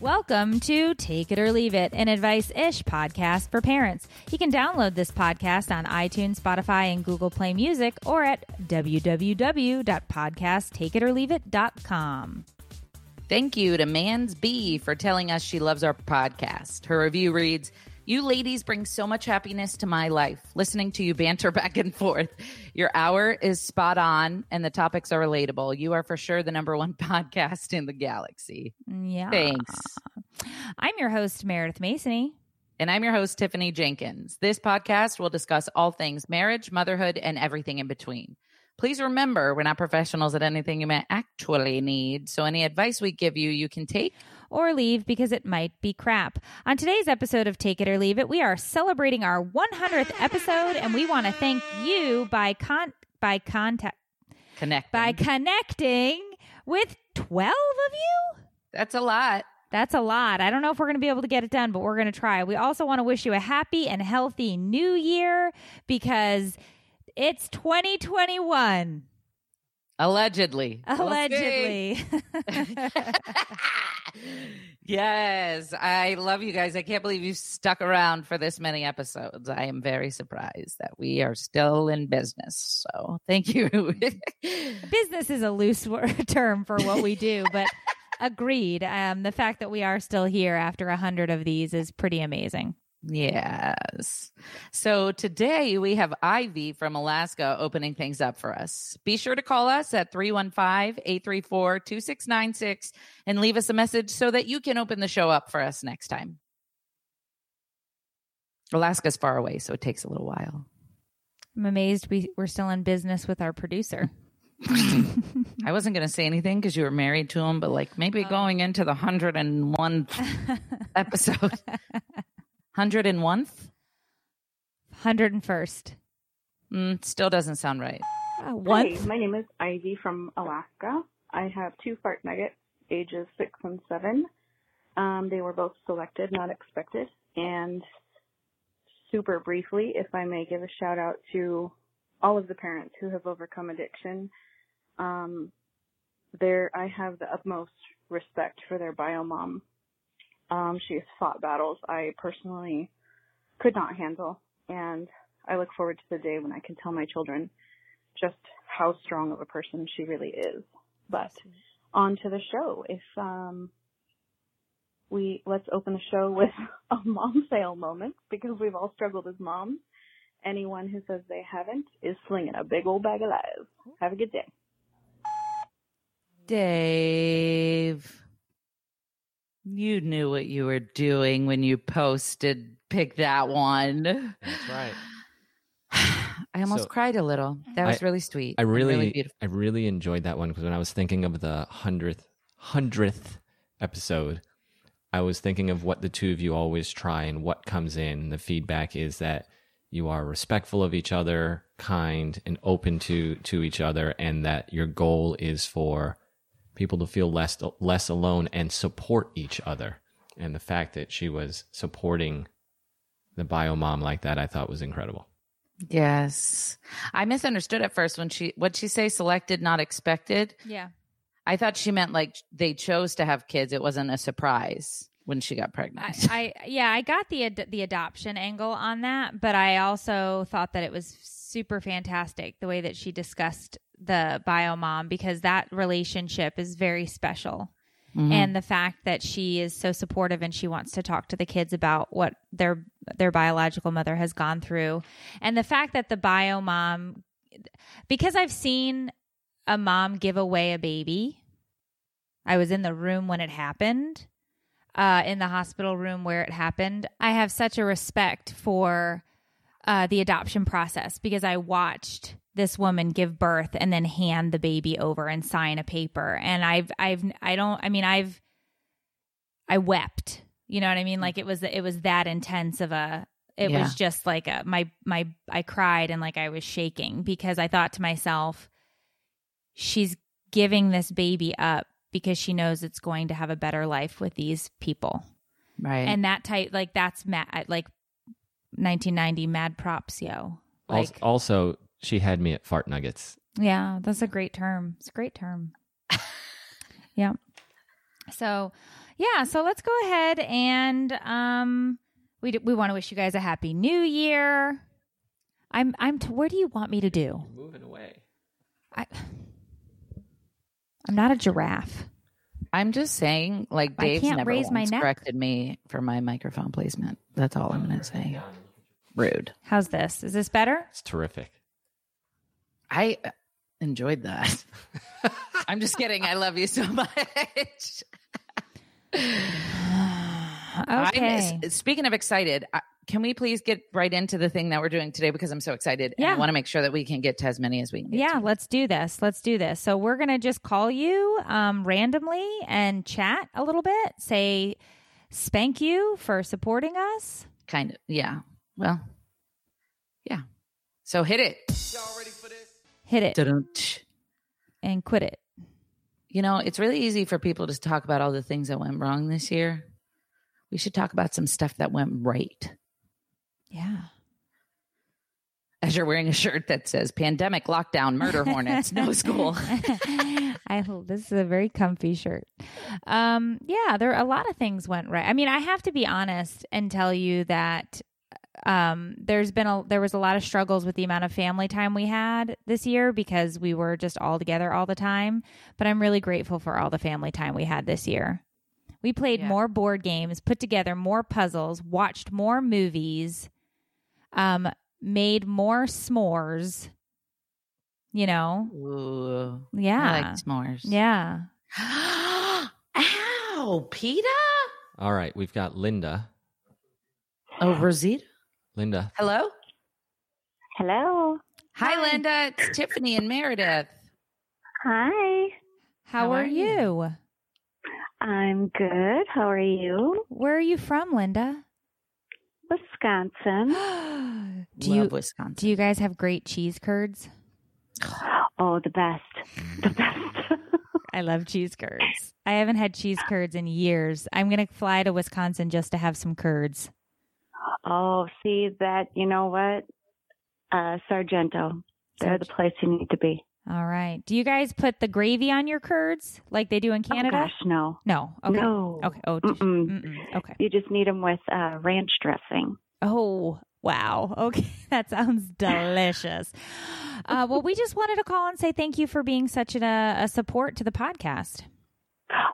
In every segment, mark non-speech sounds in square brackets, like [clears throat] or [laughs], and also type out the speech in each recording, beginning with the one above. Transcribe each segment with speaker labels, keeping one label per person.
Speaker 1: Welcome to Take It or Leave It, an advice ish podcast for parents. You can download this podcast on iTunes, Spotify, and Google Play Music or at www.podcasttakeitorleaveit.com.
Speaker 2: Thank you to Man's B for telling us she loves our podcast. Her review reads You ladies bring so much happiness to my life, listening to you banter [laughs] back and forth. Your hour is spot on and the topics are relatable. You are for sure the number one [laughs] podcast in the galaxy.
Speaker 1: Yeah.
Speaker 2: Thanks.
Speaker 1: I'm your host, Meredith Masony.
Speaker 2: And I'm your host, Tiffany Jenkins. This podcast will discuss all things marriage, motherhood, and everything in between. Please remember, we're not professionals at anything you may actually need. So, any advice we give you, you can take
Speaker 1: or leave because it might be crap. On today's episode of Take It or Leave It, we are celebrating our 100th episode and we want to thank you by con- by contact
Speaker 2: connect.
Speaker 1: by connecting with 12 of you.
Speaker 2: That's a lot.
Speaker 1: That's a lot. I don't know if we're going to be able to get it done, but we're going to try. We also want to wish you a happy and healthy new year because it's 2021
Speaker 2: Allegedly. We'll see.
Speaker 1: allegedly.
Speaker 2: yes. I love you guys. I can't believe you stuck around for this many episodes. I am very surprised that we are still in business. So thank you.
Speaker 1: business is a loose word, [laughs] term for what we do, but agreed. Um, the fact that we are still here after a hundred of these is pretty amazing.
Speaker 2: yes. So today we have Ivy from Alaska opening things up for us. Be sure to call us at 315 834 2696 and leave us a message so that you can open the show up for us next time. Alaska's far away, so it takes a little while.
Speaker 1: I'm amazed we, we're still in business with our producer.
Speaker 2: I wasn't going to say anything because you were married to him, but like maybe
Speaker 1: Oh.
Speaker 2: going into the 101th
Speaker 1: [laughs]
Speaker 2: episode. 101th?
Speaker 1: 101st.
Speaker 2: Mm, still doesn't sound right.
Speaker 1: Uh, one.
Speaker 3: Hi, my name is Ivy from Alaska. I have two fart nuggets, ages six and seven. Um, they were both selected, not expected. And super briefly, if I may give a shout out to all of the parents who have overcome addiction. Um, there, I have the utmost respect for their bio mom. Um, she has fought battles I personally could not handle, and I look forward to the day when I can tell my children just how strong of a person she really is. But on to the show. If um, we let's open the show with [laughs] a
Speaker 1: Um,
Speaker 3: mom sale moment because we've all struggled as moms. Anyone who says they haven't is slinging a big old bag of lies. Have a good day.
Speaker 2: Dave, you knew what you were doing when you posted pick that one.
Speaker 4: That's right.
Speaker 2: I almost
Speaker 4: So-
Speaker 2: cried a little. That was
Speaker 4: I-
Speaker 2: really sweet.
Speaker 4: I
Speaker 2: and
Speaker 4: really,
Speaker 2: beautiful.
Speaker 4: I really enjoyed that one because when I was thinking of the hundredth, hundredth episode, I was thinking of what the two of you always try and what comes in. The feedback is that you are respectful of each other, kind and open to to each other, and that your goal is for people to feel less less alone and support each other. And the fact that she was supporting the bio mom like that, I thought was incredible.
Speaker 2: Yes. I misunderstood at first when she, what'd she say? Selected, not expected.
Speaker 1: Yeah.
Speaker 2: I thought she meant like they chose to have kids. It wasn't a surprise when she got
Speaker 1: I,
Speaker 2: pregnant.
Speaker 1: I yeah, I got the ad- the adoption angle on that, but I also thought that it was super fantastic the way that she discussed the bio mom because that relationship is very special.
Speaker 2: Mhm.
Speaker 1: and the fact that she is so supportive and she wants to talk to the kids about what their their biological mother has gone through and the fact that the bio mom because I've seen a mom give away a baby I was in the room when it happened uh in the hospital room where it happened I have such a respect for uh, the adoption process because I watched this woman give birth and then hand the baby over and sign a paper. And I've, I've, I don't, I mean, I've, I wept. You know what I mean? Like it was, it was that intense of a, it
Speaker 2: Yeah.
Speaker 1: was just like a, my, my, I cried and like I was shaking because I thought to myself, she's giving this baby up because she knows it's going to have a better life with these people
Speaker 2: right.
Speaker 1: and that type like that's mad like 1990 mad props yo
Speaker 4: Al-
Speaker 1: like
Speaker 4: also, she had me at fart nuggets.
Speaker 1: yeah
Speaker 2: [laughs]
Speaker 1: that's a great term it's a great term yeah so yeah, so let's go ahead and um, we d- we want to wish you guys a happy new year. I'm I'm. T- where do you want me to do?
Speaker 4: Moving away.
Speaker 1: I, I'm not a giraffe.
Speaker 2: I'm just saying, like
Speaker 1: I
Speaker 2: Dave's
Speaker 1: can't
Speaker 2: never
Speaker 1: raise my
Speaker 2: once
Speaker 1: neck.
Speaker 2: corrected me for my microphone placement. That's all I'm going to say. Rude.
Speaker 1: How's this? Is this better?
Speaker 4: It's terrific.
Speaker 2: I uh, enjoyed that. I'm just kidding. I love you so [laughs] much.
Speaker 1: [sighs] Okay.
Speaker 2: I'm, s- speaking of excited, I, can we please get right into the thing that we're doing today because I'm so excited and
Speaker 1: Yeah.
Speaker 2: I want to make sure that we can get to as many as we can. Get to.
Speaker 1: Yeah, let's do this. Let's do this. So we're gonna just call you um, randomly and chat a little bit. Say, spank you for supporting us.
Speaker 2: kind of. Yeah. Well. Yeah. So hit it.
Speaker 1: Hit it
Speaker 2: Dun-dun-tsh.
Speaker 1: and quit it.
Speaker 2: You know, it's really easy for people to talk about all the things that went wrong this year. We should talk about some stuff that went right.
Speaker 1: Yeah.
Speaker 2: As you're wearing a shirt that says pandemic, lockdown, murder hornets,
Speaker 1: [laughs]
Speaker 2: no school.
Speaker 1: I hope this is a very comfy shirt. Um, yeah, there a lot of things went right. I mean, I have to be honest and tell you that um, there's been a there was a lot of struggles with the amount of family time we had this year because we were just all together all the time. But I'm really grateful for all the family time we had this year. We played
Speaker 2: Yeah.
Speaker 1: more board games, put together more puzzles, watched more movies, um, made more s'mores. You know,
Speaker 2: Ooh,
Speaker 1: yeah,
Speaker 2: I like s'mores. [gasps]
Speaker 1: yeah.
Speaker 2: Ow, Peta?
Speaker 4: [laughs] All right, we've got Linda.
Speaker 2: Oh, Rosita.
Speaker 4: Linda,
Speaker 2: Hello?
Speaker 3: Hello.
Speaker 2: Hi,
Speaker 1: Hi.
Speaker 2: Linda. It's Tiffany and Meredith.
Speaker 3: Hi.
Speaker 1: How, are, you?
Speaker 3: I'm good. How are you?
Speaker 1: Where are you from, Linda?
Speaker 3: Wisconsin.
Speaker 1: [gasps]
Speaker 2: [gasps]
Speaker 1: do
Speaker 2: Love
Speaker 1: you
Speaker 2: Wisconsin.
Speaker 1: do you guys have great cheese curds?
Speaker 3: [gasps] Oh, the best.
Speaker 2: [gasps]
Speaker 3: The best. [laughs]
Speaker 1: I love cheese curds. I haven't had cheese curds in years. I'm gonna fly to Wisconsin just to have some curds.
Speaker 3: oh, see that, you know what? Uh, Sargento. They're the place you need to be.
Speaker 1: All right. Do you guys put the gravy on your curds like they do in Canada?
Speaker 3: Oh, gosh, no.
Speaker 1: No. Okay.
Speaker 3: No.
Speaker 1: Okay. Oh. just-
Speaker 3: Mm-mm.
Speaker 1: Mm-mm. Okay.
Speaker 3: You just need them with uh, ranch dressing.
Speaker 1: Oh, wow. [laughs] Okay. That sounds [laughs] delicious. Uh, well, we just wanted to call and say thank you for being such an, uh, a support to the podcast.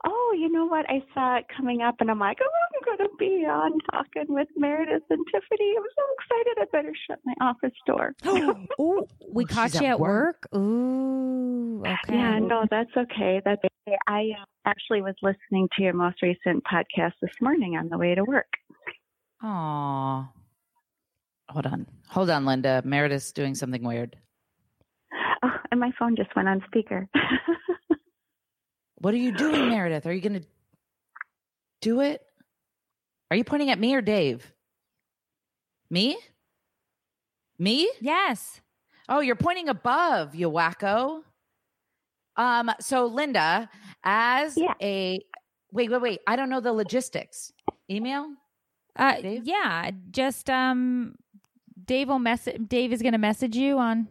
Speaker 3: Oh, you know what? I saw it coming up, and I'm like, oh, I'm going to be on talking with Meredith and Tiffany. I'm so excited. I better shut my office door.
Speaker 1: [gasps] oh, we
Speaker 2: Oh,
Speaker 1: caught
Speaker 2: she's
Speaker 1: you
Speaker 2: at
Speaker 1: at work. Ooh, okay.
Speaker 3: Yeah, no, that's okay. That's okay. I uh, actually was listening to your most recent podcast this morning on the way to work. [laughs]
Speaker 2: Aw. Hold on. Hold on, Linda. Meredith's doing something weird.
Speaker 3: Oh, and my phone just went on speaker.
Speaker 2: What are you doing, Meredith? Are you going to do it? Are you pointing at me or Dave? Me? Me?
Speaker 1: Yes.
Speaker 2: Oh, you're pointing above, you wacko. Um, so Linda, as
Speaker 3: Yeah.
Speaker 2: a wait, wait, wait. I don't know the logistics. Email?
Speaker 1: Uh,
Speaker 2: Dave?
Speaker 1: yeah. Just um, Dave will message. Dave is going to message you on.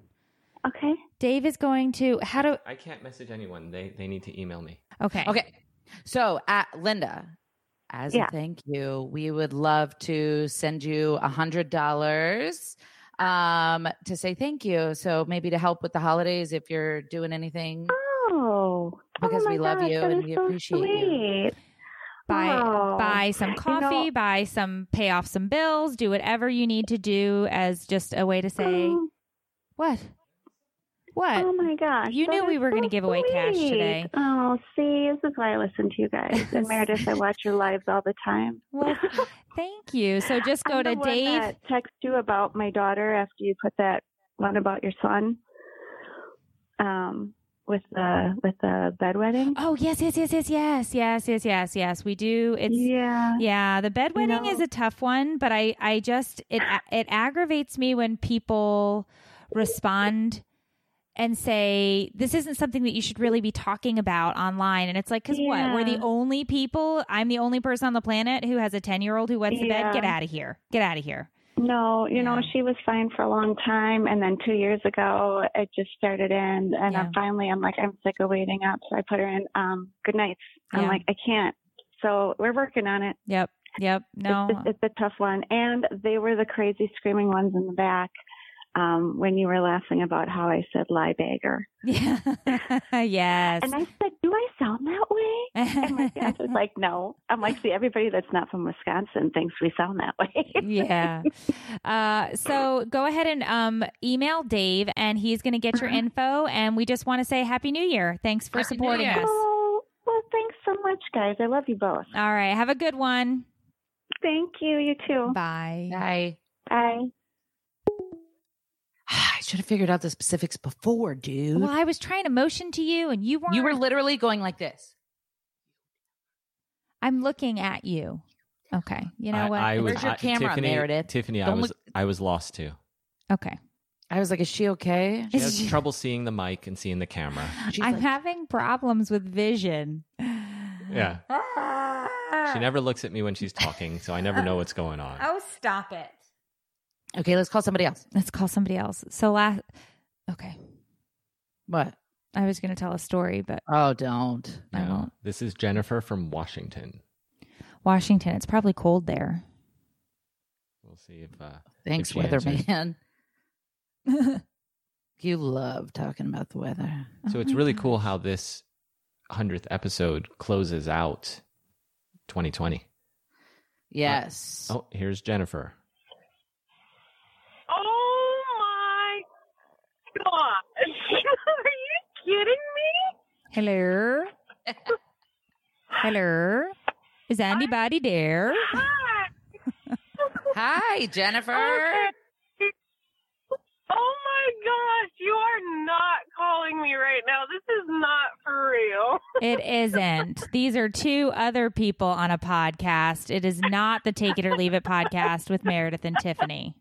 Speaker 3: okay.
Speaker 1: Dave is going to how do.
Speaker 4: I can't message anyone. They they need to email me.
Speaker 1: Okay.
Speaker 2: Okay. So at Linda, as
Speaker 3: Yeah.
Speaker 2: a thank you, we would love to send you a hundred dollars um to say thank you. So maybe to help with the holidays if you're doing anything.
Speaker 3: Oh,
Speaker 2: Because
Speaker 3: oh my
Speaker 2: we love
Speaker 3: gosh,
Speaker 2: you
Speaker 3: that
Speaker 2: and
Speaker 3: is
Speaker 2: we
Speaker 3: so
Speaker 2: appreciate you.
Speaker 3: sweet. you.
Speaker 1: Buy
Speaker 3: Oh.
Speaker 1: buy some coffee. buy some. Pay off some bills. Do whatever you need to do as just a way to say
Speaker 3: Oh.
Speaker 1: what. What?
Speaker 3: Oh my gosh.
Speaker 1: You
Speaker 3: that
Speaker 1: knew we
Speaker 3: is
Speaker 1: were gonna
Speaker 3: so
Speaker 1: give away cash
Speaker 3: sweet.
Speaker 1: today.
Speaker 3: Oh, see, this is why I listen to
Speaker 1: [laughs]
Speaker 3: you guys. And Meredith, I watch your lives all the time.
Speaker 1: well, thank you. So just go
Speaker 3: I'm
Speaker 1: to
Speaker 3: the one
Speaker 1: Dave.
Speaker 3: that text you about my daughter after you put that one about your son. Um with the with the
Speaker 1: [gasps]
Speaker 3: bedwetting.
Speaker 1: Oh yes, yes, yes, yes, yes, yes, yes, yes, yes. We do. It's
Speaker 3: yeah.
Speaker 1: Yeah, the bedwetting is
Speaker 3: know? Ah.
Speaker 1: a tough one, but I I just it it aggravates me when people respond and say this isn't something that you should really be talking about online and it's like cuz what we're the
Speaker 3: Yeah.
Speaker 1: only people I'm the only person on the planet who has a 10 year old who wets the bed
Speaker 3: Yeah.
Speaker 1: get out of here get out of here
Speaker 3: No, you know,
Speaker 1: Yeah.
Speaker 3: she was fine for a long time and then two years ago it just started in and
Speaker 1: Yeah.
Speaker 3: I'm finally I'm like, I'm sick of waiting up. So I put her in um good nights. I'm
Speaker 1: Yeah.
Speaker 3: like, I can't So we're working on it.
Speaker 1: Yep. Yep. No.
Speaker 3: It's, it's a tough one. And they were the crazy screaming ones in the back um, when you were laughing about how I said lie bagger.
Speaker 1: Yeah. [laughs] yes.
Speaker 3: And I said,
Speaker 5: [laughs]
Speaker 3: Do I sound that way? And my dad was like, No. I'm like, See, everybody that's not from Wisconsin thinks we sound that way. [laughs]
Speaker 1: yeah. Uh, so go ahead and um, email Dave, and he's going to get
Speaker 3: Uh-huh.
Speaker 1: your info. And we just want to say Happy New Year. Thanks for
Speaker 2: Happy New
Speaker 1: supporting
Speaker 2: Year.
Speaker 1: us.
Speaker 3: Oh, well, thanks so much, guys. I love you both.
Speaker 1: All right. Have a good one.
Speaker 3: Thank you. You too.
Speaker 1: Bye.
Speaker 2: I
Speaker 3: Bye.
Speaker 2: I should have figured out the specifics before, dude.
Speaker 1: Well, I was trying to motion to you, and you weren't.
Speaker 2: You were literally going like this.
Speaker 1: I'm looking at you. Okay. You know
Speaker 4: I,
Speaker 1: what?
Speaker 4: I
Speaker 1: It's-
Speaker 4: was,
Speaker 2: Where's your
Speaker 4: I-
Speaker 2: camera,
Speaker 4: Tiffany,
Speaker 2: Meredith?
Speaker 4: Tiffany, I
Speaker 2: Don't
Speaker 4: was
Speaker 2: look-
Speaker 4: I was lost too.
Speaker 1: okay.
Speaker 2: I was like, "Is she okay?"
Speaker 4: She
Speaker 1: Is
Speaker 4: has
Speaker 1: she-
Speaker 4: trouble seeing the mic and seeing the
Speaker 2: [laughs]
Speaker 4: camera.
Speaker 2: She's
Speaker 1: I'm
Speaker 2: like-
Speaker 1: having problems with vision.
Speaker 4: Yeah.
Speaker 2: Ah,
Speaker 4: She never looks at me when she's talking, so I never know what's going on.
Speaker 1: Oh, stop it.
Speaker 2: Okay, let's call somebody else.
Speaker 1: Let's call somebody else. So last, okay,
Speaker 2: What?
Speaker 1: I was going to tell a story, but
Speaker 2: Oh, don't.
Speaker 1: I won't.
Speaker 4: This is Jennifer from Washington.
Speaker 1: Washington, it's probably cold there.
Speaker 4: We'll see if uh,
Speaker 2: Thanks,
Speaker 4: If she answers.
Speaker 2: weatherman. [laughs] you love talking about the weather.
Speaker 4: So
Speaker 2: [laughs]
Speaker 1: Oh
Speaker 4: it's
Speaker 1: my
Speaker 4: really uh,
Speaker 1: God.
Speaker 4: cool how this 100th episode closes out 2020.
Speaker 2: Yes.
Speaker 4: Oh, here's Jennifer.
Speaker 6: Oh my god.
Speaker 7: [laughs]
Speaker 6: Are you kidding me?
Speaker 1: Hello. [laughs] Hello. Is anybody there?
Speaker 6: Hi.
Speaker 3: [laughs]
Speaker 2: Hi, Jennifer.
Speaker 6: Okay. Oh my gosh, you are not calling me right now. This is not for real.
Speaker 1: It isn't. These are two other people on a podcast. It is not the Take It or Leave It podcast with Meredith and Tiffany.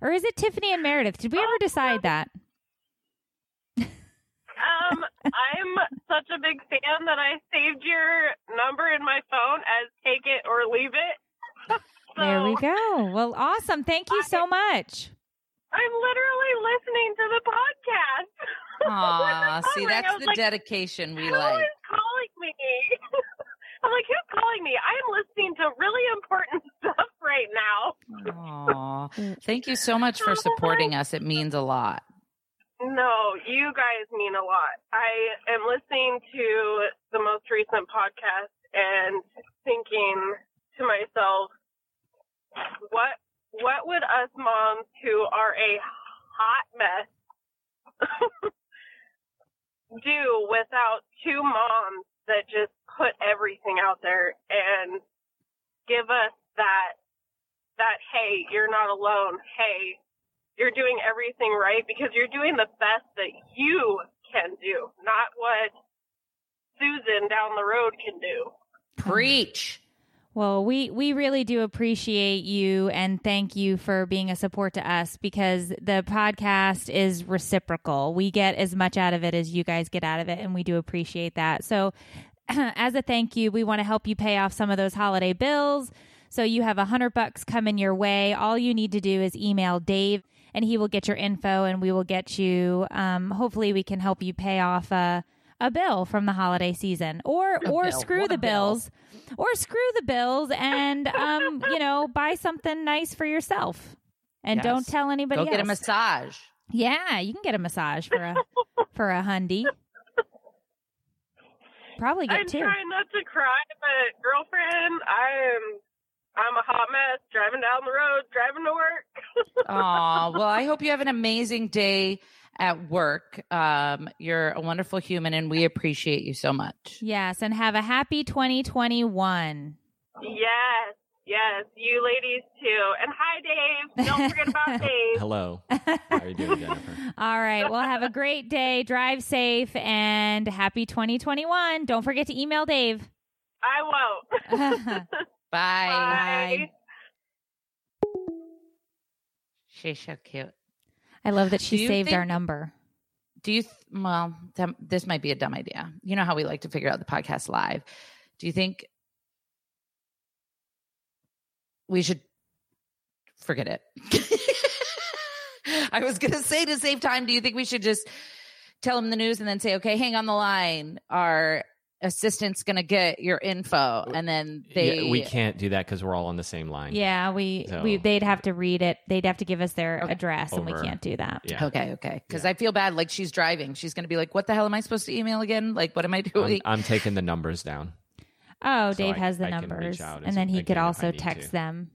Speaker 1: Or is it Tiffany and Meredith? Did we ever decide that?
Speaker 2: [laughs]
Speaker 6: Um, I'm such a big fan that I saved your number in my phone as take it or leave it. so
Speaker 1: There we go. Well, awesome. Thank you so much.
Speaker 6: I'm literally listening to the podcast.
Speaker 2: Aw, see,
Speaker 6: Calling. I
Speaker 2: that's
Speaker 6: was
Speaker 2: the
Speaker 6: like,
Speaker 2: dedication we
Speaker 6: Who
Speaker 2: like.
Speaker 6: is calling me? [laughs] I'm like, who's calling me? I'm listening to really important [laughs] stuff right now.
Speaker 2: Oh Aw, thank you so much for supporting us. It means a lot.
Speaker 6: No, you guys mean a lot. I am listening to the most recent podcast and thinking to myself, what what would us moms who are a hot mess [laughs] do without two moms that just put everything out there and give us that that hey, you're not alone. Hey, you're doing everything right because you're doing the best that you can do, not what Susan down the road can do.
Speaker 2: Preach.
Speaker 1: Well, we we really do appreciate you and thank you for being a support to us because the podcast is reciprocal. We get as much out of it as you guys get out of it and we do appreciate that. So [clears throat] as a thank you, we want to help you pay off some of those holiday bills. So you have a hundred bucks coming your way. All you need to do is email Dave and he will get your info and we will get you um, hopefully we can help you pay off a a bill from the holiday season or
Speaker 2: A
Speaker 1: or
Speaker 2: bill.
Speaker 1: screw
Speaker 2: What a
Speaker 1: the
Speaker 2: bill.
Speaker 1: bills or screw the bills and um, you know, [laughs] buy something nice for yourself. And
Speaker 2: Yes.
Speaker 1: don't tell anybody
Speaker 2: Go get a
Speaker 1: else.
Speaker 2: massage.
Speaker 1: yeah, you can get a massage for a for a hundy. Probably
Speaker 6: I'm
Speaker 1: get two.
Speaker 6: trying not to cry, but girlfriend, I am I'm a hot mess driving down the road, driving to work.
Speaker 2: Aw, well, I hope you have an amazing day at work. Um, you're a wonderful human, and we appreciate you so much.
Speaker 1: Yes, and have a happy 2021.
Speaker 6: Yes, yes, you ladies too. And
Speaker 1: [laughs]
Speaker 6: hi Dave. Don't forget about Dave.
Speaker 4: Hello. How are you doing,
Speaker 7: [laughs]
Speaker 4: Jennifer?
Speaker 1: All right. Well,
Speaker 6: [laughs]
Speaker 1: have a great day. Drive safe and happy 2021. Don't forget to email Dave.
Speaker 6: I
Speaker 1: [laughs]
Speaker 6: won't.
Speaker 2: Bye.
Speaker 1: Bye.
Speaker 2: She's so cute.
Speaker 1: I love that
Speaker 2: Do
Speaker 1: she
Speaker 2: you
Speaker 1: saved our
Speaker 2: think-
Speaker 1: number.
Speaker 2: Do you, th- well, th- this might be a dumb idea. You know how we like to figure out the podcast live. Do you think we should forget it? [laughs] I was going to say to save time, do you think we should just tell them the news and then say, okay, hang on the line? Our assistant's gonna get your info, and then they
Speaker 4: Uh, Yeah, we can't do that because we're all on the same line.
Speaker 1: Yeah, we,
Speaker 4: So-
Speaker 1: we they'd have to read it. They'd have to give us their
Speaker 2: Okay.
Speaker 1: address, and
Speaker 4: Over.
Speaker 1: we can't do that.
Speaker 4: Yeah.
Speaker 2: Okay, okay. Because
Speaker 4: Yeah.
Speaker 2: I feel bad. Like she's driving. She's gonna be like, "What the hell am I supposed to email again? Like, what am I
Speaker 4: I'm,
Speaker 2: doing?"
Speaker 4: I'm taking the numbers
Speaker 2: [laughs]
Speaker 4: down.
Speaker 1: Oh,
Speaker 4: So
Speaker 1: Dave
Speaker 4: I-
Speaker 1: has the
Speaker 4: I can reach
Speaker 1: numbers,
Speaker 4: out
Speaker 1: and
Speaker 4: as-
Speaker 1: then he
Speaker 4: again
Speaker 1: could
Speaker 4: if I
Speaker 1: also
Speaker 4: need to.
Speaker 1: text them.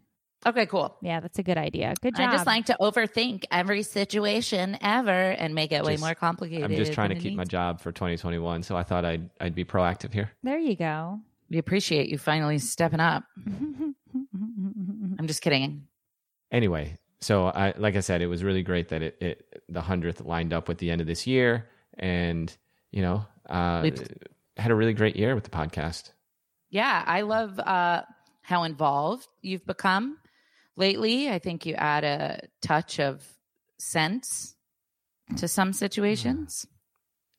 Speaker 2: okay, cool.
Speaker 1: Yeah, that's a good idea. Good job.
Speaker 2: I just like to overthink every situation ever and make it way
Speaker 4: Just-
Speaker 2: more complicated.
Speaker 4: I'm just trying to
Speaker 2: than it
Speaker 4: keep my
Speaker 2: needs
Speaker 4: job for 2021, so I thought I'd I'd be proactive here.
Speaker 1: there you
Speaker 2: to
Speaker 1: go.
Speaker 2: be. We appreciate you finally stepping
Speaker 1: [laughs]
Speaker 2: up. I'm just kidding.
Speaker 4: Anyway, so I like I said, it was really great that it, it the hundredth lined up with the end of this year, and you know, uh,
Speaker 2: We've-
Speaker 4: had a really great year with the podcast.
Speaker 2: Yeah, I love uh, how involved you've become lately. I think you add a touch of sense to some situations.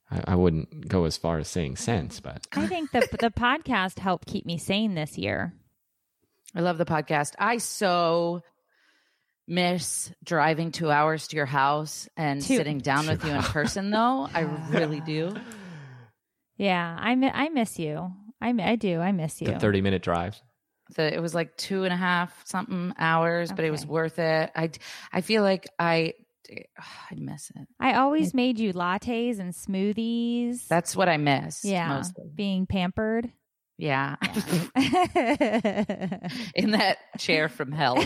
Speaker 4: I, I wouldn't go as far as saying sense, but
Speaker 1: I think the
Speaker 2: [laughs]
Speaker 1: the podcast helped keep me sane this year.
Speaker 2: I love the podcast. I so miss driving two hours to your house and
Speaker 1: Two-
Speaker 2: sitting down with you in person, though. I really do.
Speaker 1: [laughs] Yeah, I mi- I miss you. I mi- I do. I miss you.
Speaker 4: the 30 minute drive.
Speaker 2: the it was like two and a half something hours, but it was
Speaker 1: Okay.
Speaker 2: worth it. I d- I feel like I [sighs] I miss it.
Speaker 1: I always made you lattes and smoothies.
Speaker 2: That's what I miss.
Speaker 1: yeah,
Speaker 2: mostly. [laughs]
Speaker 1: being pampered.
Speaker 2: yeah.
Speaker 1: I
Speaker 2: In
Speaker 1: [laughs]
Speaker 2: that [laughs] chair from hell,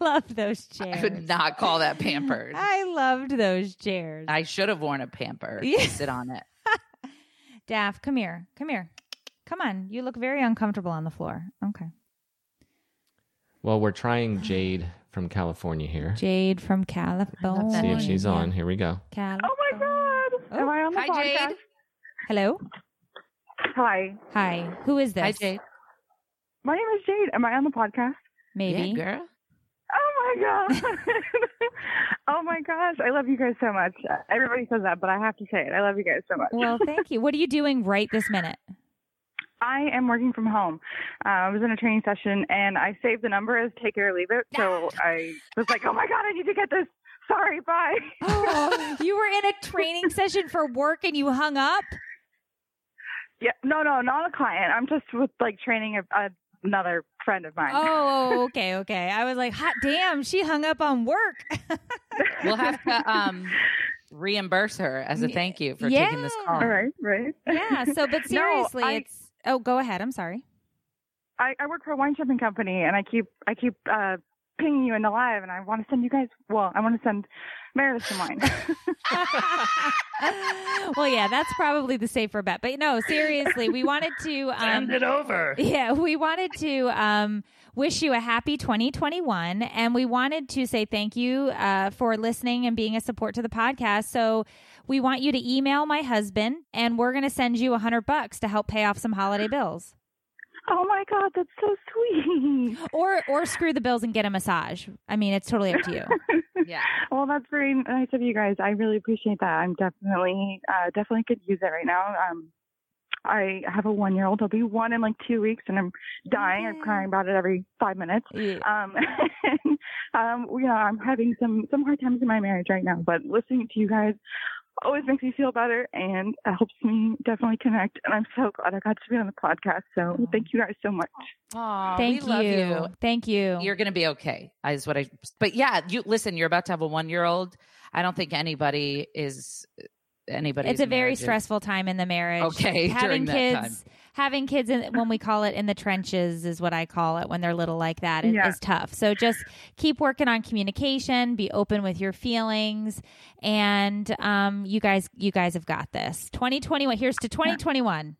Speaker 1: love those chairs.
Speaker 2: I would not call that pampered. I,
Speaker 1: I loved those chairs.
Speaker 2: should have worn a pamper
Speaker 1: Yeah.
Speaker 2: to sit on it.
Speaker 1: Daff, come here. Come here. Come on. You look very uncomfortable on the floor. Okay.
Speaker 4: Well, we're trying Jade from California here.
Speaker 1: Jade oh, from California.
Speaker 4: See if she's on. Here we go.
Speaker 1: California.
Speaker 8: Oh my god!
Speaker 1: Oh.
Speaker 8: Am I on the
Speaker 2: Hi, Jade.
Speaker 8: podcast?
Speaker 1: Hello.
Speaker 8: Hi,
Speaker 1: Hi. Who is this?
Speaker 2: Hi, Jade.
Speaker 8: my name is Jade. Am I on the podcast?
Speaker 1: Maybe.
Speaker 2: Yeah, girl.
Speaker 8: Oh my god! oh my gosh! I love you guys so much. Everybody says that, but I have to say it. I love you guys so much.
Speaker 1: well, thank you. What are you doing right this minute?
Speaker 8: [laughs] I am working from home. Uh, I was in a training session and I saved the number as take it or leave it.
Speaker 1: [laughs]
Speaker 8: So I was like, oh my God, I need to get this. Sorry, bye.
Speaker 1: Oh, you were in a training session for work and you hung up?
Speaker 8: [laughs] Yeah, no, no, not a client. I'm just with like training a, a, another friend of mine.
Speaker 1: Oh, okay, okay. I was like, hot damn, she hung up on work.
Speaker 2: We'll have to um, reimburse her as a
Speaker 1: Yeah.
Speaker 2: thank you for taking this
Speaker 1: Yeah.
Speaker 2: call.
Speaker 8: All [laughs] right, right.
Speaker 1: Yeah. So, but
Speaker 8: No,
Speaker 1: seriously,
Speaker 8: I-
Speaker 1: it's. Oh, go ahead. I'm sorry.
Speaker 8: I, I work for a wine shipping company and I keep I keep uh, pinging you in the live and I want to send you guys. Well, I want to send Meredith some wine.
Speaker 1: [laughs] well, yeah, that's probably the safer bet. But no, seriously, we wanted
Speaker 9: [laughs]
Speaker 1: to. Um,
Speaker 9: Hand it over.
Speaker 1: Yeah, we wanted to um, wish you a happy 2021. And we wanted to say thank you uh, for listening and being a support to the podcast. So we want you to email my husband, and we're going to send you a 100 bucks to help pay off some holiday bills.
Speaker 8: oh my God, that's so sweet.
Speaker 1: Or, or screw the bills and get a massage. I mean, it's totally up to you.
Speaker 8: [laughs]
Speaker 2: Yeah.
Speaker 8: Well, that's very nice of you guys. I really appreciate that. I'm definitely, uh, definitely could use it right now. Um, I have a one year old. He'll be one in like two weeks, and I'm dying. I'm
Speaker 1: Yay.
Speaker 8: crying about it every five minutes.
Speaker 1: Yeah.
Speaker 8: Um, [laughs] and, um, you know, I'm having some some hard times in my marriage right now, but listening to you guys always makes me feel better and it helps me definitely connect. And I'm so glad I got to be on the podcast. So
Speaker 1: Aw.
Speaker 8: thank you guys so much.
Speaker 2: Aw, we
Speaker 1: Thank
Speaker 2: love you.
Speaker 1: Thank you.
Speaker 2: You're going to be okay, is what I. But yeah, you listen. You're about to have a one year old. I don't think anybody is anybody.
Speaker 1: it's a very stressful time in the marriage.
Speaker 2: Okay, [laughs] during
Speaker 1: having
Speaker 2: that
Speaker 1: kids,
Speaker 2: time.
Speaker 1: having kids, in, when we call it in the trenches, is what I call it when they're little like that. It is
Speaker 8: Yeah.
Speaker 1: tough. So just keep working on communication. Be open with your feelings, and um, you guys, you guys have got this. Twenty twenty one. Here's to twenty twenty one.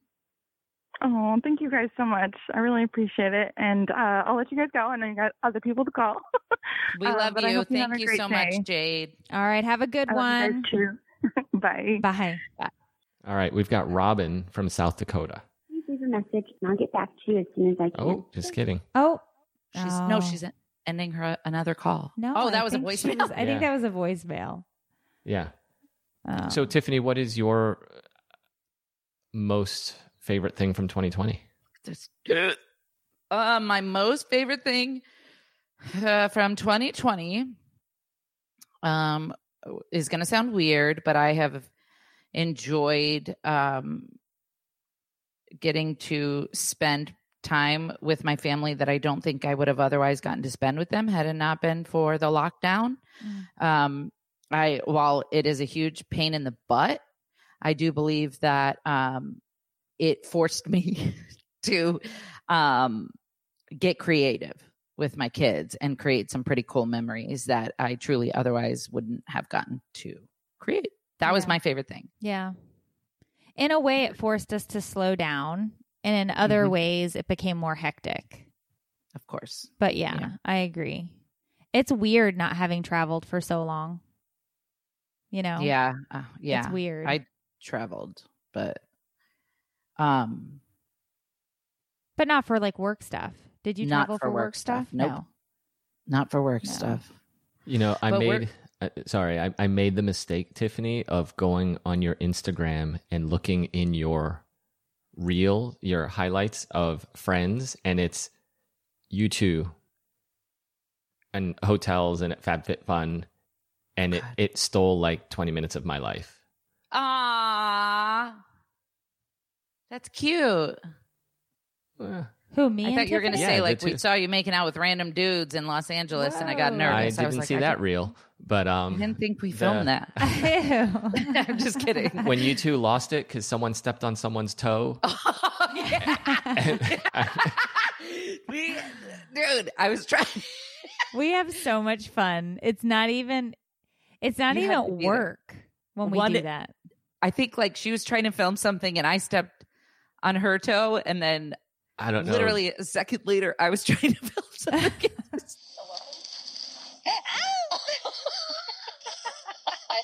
Speaker 8: Oh, thank you guys so much. I really appreciate it. And uh, I'll let you guys go. I know you got other people to call. [laughs]
Speaker 2: We
Speaker 8: Um,
Speaker 2: love
Speaker 8: but I
Speaker 2: you.
Speaker 8: hope you have
Speaker 2: Thank
Speaker 8: a
Speaker 2: you
Speaker 8: great
Speaker 2: so
Speaker 8: day.
Speaker 2: much, Jade.
Speaker 1: All right, have a good
Speaker 8: I love
Speaker 1: one.
Speaker 8: you guys too. [laughs] Bye.
Speaker 1: Bye.
Speaker 4: All right, we've got Robin from South Dakota.
Speaker 3: Please leave a message and I'll get back to you as soon as I can.
Speaker 4: Oh, just kidding.
Speaker 1: Oh.
Speaker 2: She's no,
Speaker 1: Oh.
Speaker 2: she's ending her another call.
Speaker 1: No,
Speaker 2: oh, that
Speaker 1: I
Speaker 2: was a
Speaker 1: think she
Speaker 2: voicemail.
Speaker 1: was- I think
Speaker 4: Yeah.
Speaker 1: that was a voicemail.
Speaker 4: Yeah.
Speaker 1: Oh.
Speaker 4: So, Tiffany, what is your uh, most favorite thing from 2020?
Speaker 2: Just- uh, my most favorite thing uh, from 2020 um, is going to sound weird, but I have enjoyed um, getting to spend time with my family that I don't think I would have otherwise gotten to spend with them had it not been for the lockdown. Um, I while it is a huge pain in the butt, I do believe that um, it forced [laughs] me to um, get creative with my kids and create some pretty cool memories that I truly otherwise wouldn't have gotten to create. That was
Speaker 1: Yeah.
Speaker 2: my favorite thing.
Speaker 1: Yeah. In a way, it forced us to slow down, and in other
Speaker 2: Mhm.
Speaker 1: ways, it became more hectic.
Speaker 2: Of course.
Speaker 1: But yeah,
Speaker 2: Yeah.
Speaker 1: I agree. It's weird not having traveled for so long. You know?
Speaker 2: Yeah. Uh, yeah.
Speaker 1: It's weird.
Speaker 2: I- Traveled, but um,
Speaker 1: but not for like work stuff. Did you
Speaker 2: Not
Speaker 1: travel
Speaker 2: for
Speaker 1: for, work,
Speaker 2: work
Speaker 1: stuff?
Speaker 2: stuff. Nope.
Speaker 1: No.
Speaker 2: not for work
Speaker 1: No.
Speaker 2: stuff.
Speaker 4: You know, I
Speaker 2: But we're-
Speaker 4: made uh, sorry, I, I made the mistake, Tiffany, of going on your Instagram and looking in your reel, your highlights of friends, and it's you two and hotels and at FabFitFun, and it,
Speaker 2: God.
Speaker 4: it stole like twenty minutes of my life.
Speaker 2: Ah, that's cute.
Speaker 4: Eh,
Speaker 1: Who me?
Speaker 2: I
Speaker 1: and
Speaker 2: thought you were going to
Speaker 1: Tiffany?
Speaker 4: Yeah,
Speaker 2: say
Speaker 4: the
Speaker 2: like we
Speaker 4: two-
Speaker 2: saw you making out with random dudes in Los Angeles, and I got
Speaker 4: I
Speaker 1: Whoa.
Speaker 2: nervous.
Speaker 4: didn't
Speaker 2: was like,
Speaker 4: see
Speaker 2: I
Speaker 4: that
Speaker 2: didn't-
Speaker 4: reel, but um,
Speaker 2: [laughs] I didn't think we filmed
Speaker 4: the-
Speaker 2: that. [laughs]
Speaker 1: [laughs] Ew.
Speaker 2: I'm just kidding.
Speaker 4: when
Speaker 2: [laughs]
Speaker 4: you two lost it because someone stepped on someone's toe.
Speaker 2: Oh, yeah. we, dude, I was trying. [laughs]
Speaker 1: we have so much fun. It's not even. It's not
Speaker 2: You have to
Speaker 1: even
Speaker 2: be there.
Speaker 1: work when we
Speaker 2: One-
Speaker 1: do that.
Speaker 2: I think like she was trying to film something, and I stepped on her toe, and then
Speaker 4: I don't know.
Speaker 2: literally a second later, I was [laughs] trying to film something. [laughs]
Speaker 5: I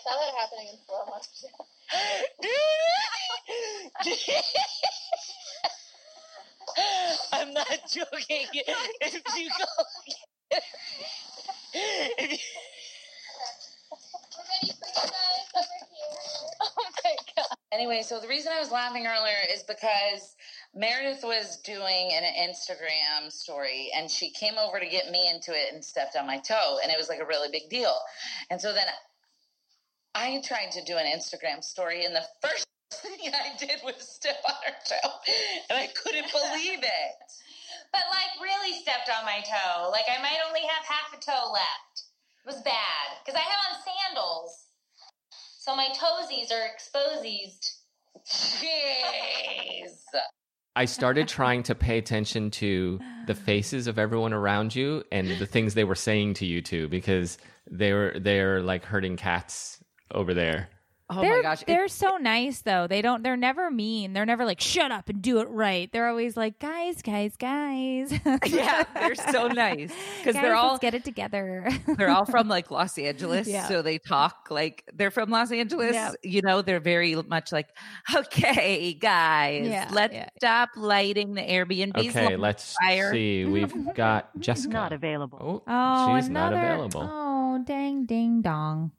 Speaker 5: saw that happening in slow motion. [laughs] I'm not joking. If you go, if [laughs] you... Oh my god. Anyway, so the reason I was laughing earlier is because Meredith was doing an Instagram story and she came over to get me into it and stepped on my toe and it was like a really big deal. And so then I tried to do an Instagram story and the first thing [laughs] I did was step on her toe and I couldn't
Speaker 10: [laughs]
Speaker 5: believe it.
Speaker 10: But like really stepped on my toe. Like I might only have half a toe left. It was bad because I have on sandals, so my toesies are exposed.
Speaker 5: Jeez.
Speaker 4: I started trying to pay attention to the faces of everyone around you and the things they were saying to you too, because they were they're like herding cats over there.
Speaker 2: oh
Speaker 1: they're,
Speaker 2: my gosh! It-
Speaker 1: they're so nice though. They don't. They're never mean. They're never like shut up and do it right. They're always like guys, guys, guys.
Speaker 2: yeah, [laughs] they're so nice
Speaker 1: [laughs]
Speaker 2: because
Speaker 1: Guys,
Speaker 2: they're all
Speaker 1: let's get it together.
Speaker 2: they're all from like Los Angeles,
Speaker 1: Yeah.
Speaker 2: so they talk like they're from Los Angeles.
Speaker 1: Yep.
Speaker 2: You know, they're very much like, okay, guys,
Speaker 1: Yeah,
Speaker 2: let's
Speaker 1: yeah.
Speaker 2: stop lighting the Airbnb's.
Speaker 4: Okay,
Speaker 2: lights."
Speaker 4: let's
Speaker 2: fire.
Speaker 4: see. We've
Speaker 2: [laughs]
Speaker 4: got Jessica.
Speaker 7: Not available.
Speaker 4: Oh,
Speaker 1: oh,
Speaker 4: she's
Speaker 1: another.
Speaker 4: not available.
Speaker 1: Oh, dang, ding, dong.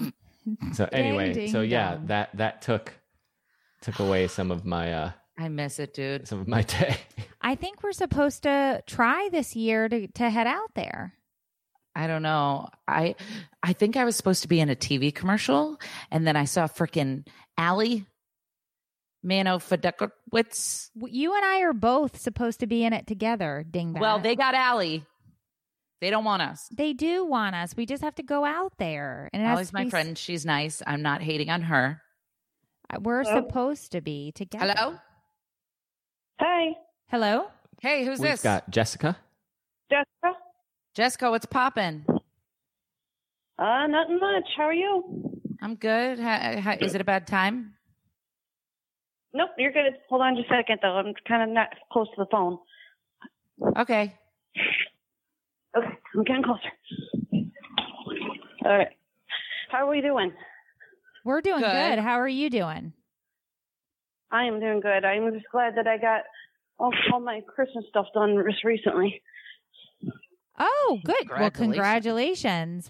Speaker 2: Oh,
Speaker 4: so anyway,
Speaker 1: ding,
Speaker 4: so yeah,
Speaker 1: dong.
Speaker 4: that that took took away some of my uh
Speaker 2: I miss it, dude.
Speaker 4: some of my [laughs] day.
Speaker 1: I think we're supposed to try this year to to head out there.
Speaker 2: I don't know. I I think I was supposed to be in a TV commercial, and then I saw freaking Allie oh, Mano Fadekowitz.
Speaker 1: W- You and I are both supposed to be in it together, dingbat.
Speaker 2: Well, they got Allie. They don't want us.
Speaker 1: they do want us. We just have to go out there, and it has
Speaker 2: Allie's
Speaker 1: to be
Speaker 2: my
Speaker 1: s-
Speaker 2: friend. She's nice. I'm not hating on her.
Speaker 1: Uh, We're
Speaker 6: Hello?
Speaker 1: supposed to be together.
Speaker 2: Hello.
Speaker 6: Hi,
Speaker 1: hello.
Speaker 2: Hey, who's
Speaker 4: We've
Speaker 2: this?
Speaker 4: got Jessica.
Speaker 6: Jessica.
Speaker 2: Jessica, what's poppin'?
Speaker 6: Uh, nothing much. How are you?
Speaker 2: I'm good. Ha ha is it a bad time?
Speaker 11: Nope, you're good. Hold on just a second, though. I'm kind of not close to the phone.
Speaker 2: Okay.
Speaker 11: Okay, I'm getting closer. All right. How are we doing?
Speaker 1: We're doing
Speaker 2: Good.
Speaker 1: good. How are you doing?
Speaker 11: I am doing good. I'm just glad that I got all, all my Christmas stuff done just recently.
Speaker 2: [laughs]
Speaker 1: Oh, good. Well,
Speaker 2: Congratulations.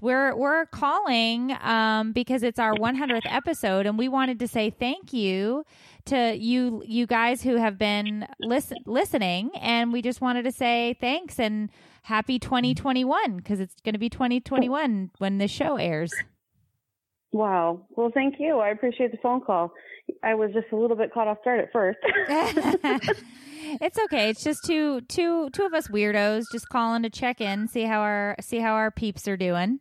Speaker 1: congratulations. We're we're calling um, because it's our 100th episode, and we wanted to say thank you to you you guys who have been listen, listening, and we just wanted to say thanks and happy 2021 because it's going to be 2021 when the show airs.
Speaker 11: Wow. Well, thank you. I appreciate the phone call. I was just a little bit caught off guard at first. [laughs]
Speaker 1: it's okay. It's just two two two of us weirdos just calling to check in, see how our see how our peeps are doing.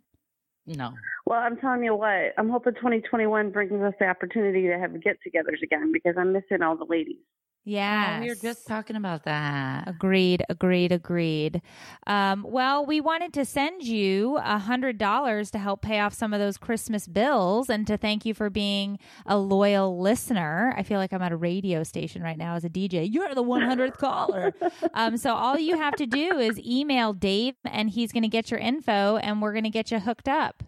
Speaker 2: No.
Speaker 11: well, I'm telling you what, I'm hoping 2021 brings us the opportunity to have get togethers again because I'm missing all the ladies.
Speaker 1: Yeah.
Speaker 2: Oh, We were just talking about that.
Speaker 1: Agreed, agreed, agreed. Um, well, we wanted to send you a hundred dollars to help pay off some of those Christmas bills and to thank you for being a loyal listener. I feel like I'm at a radio station right now as a DJ. You're the 100th
Speaker 2: [laughs]
Speaker 1: caller. Um, so all you have to do is email Dave, and he's going to get your info, and we're going to get you hooked up.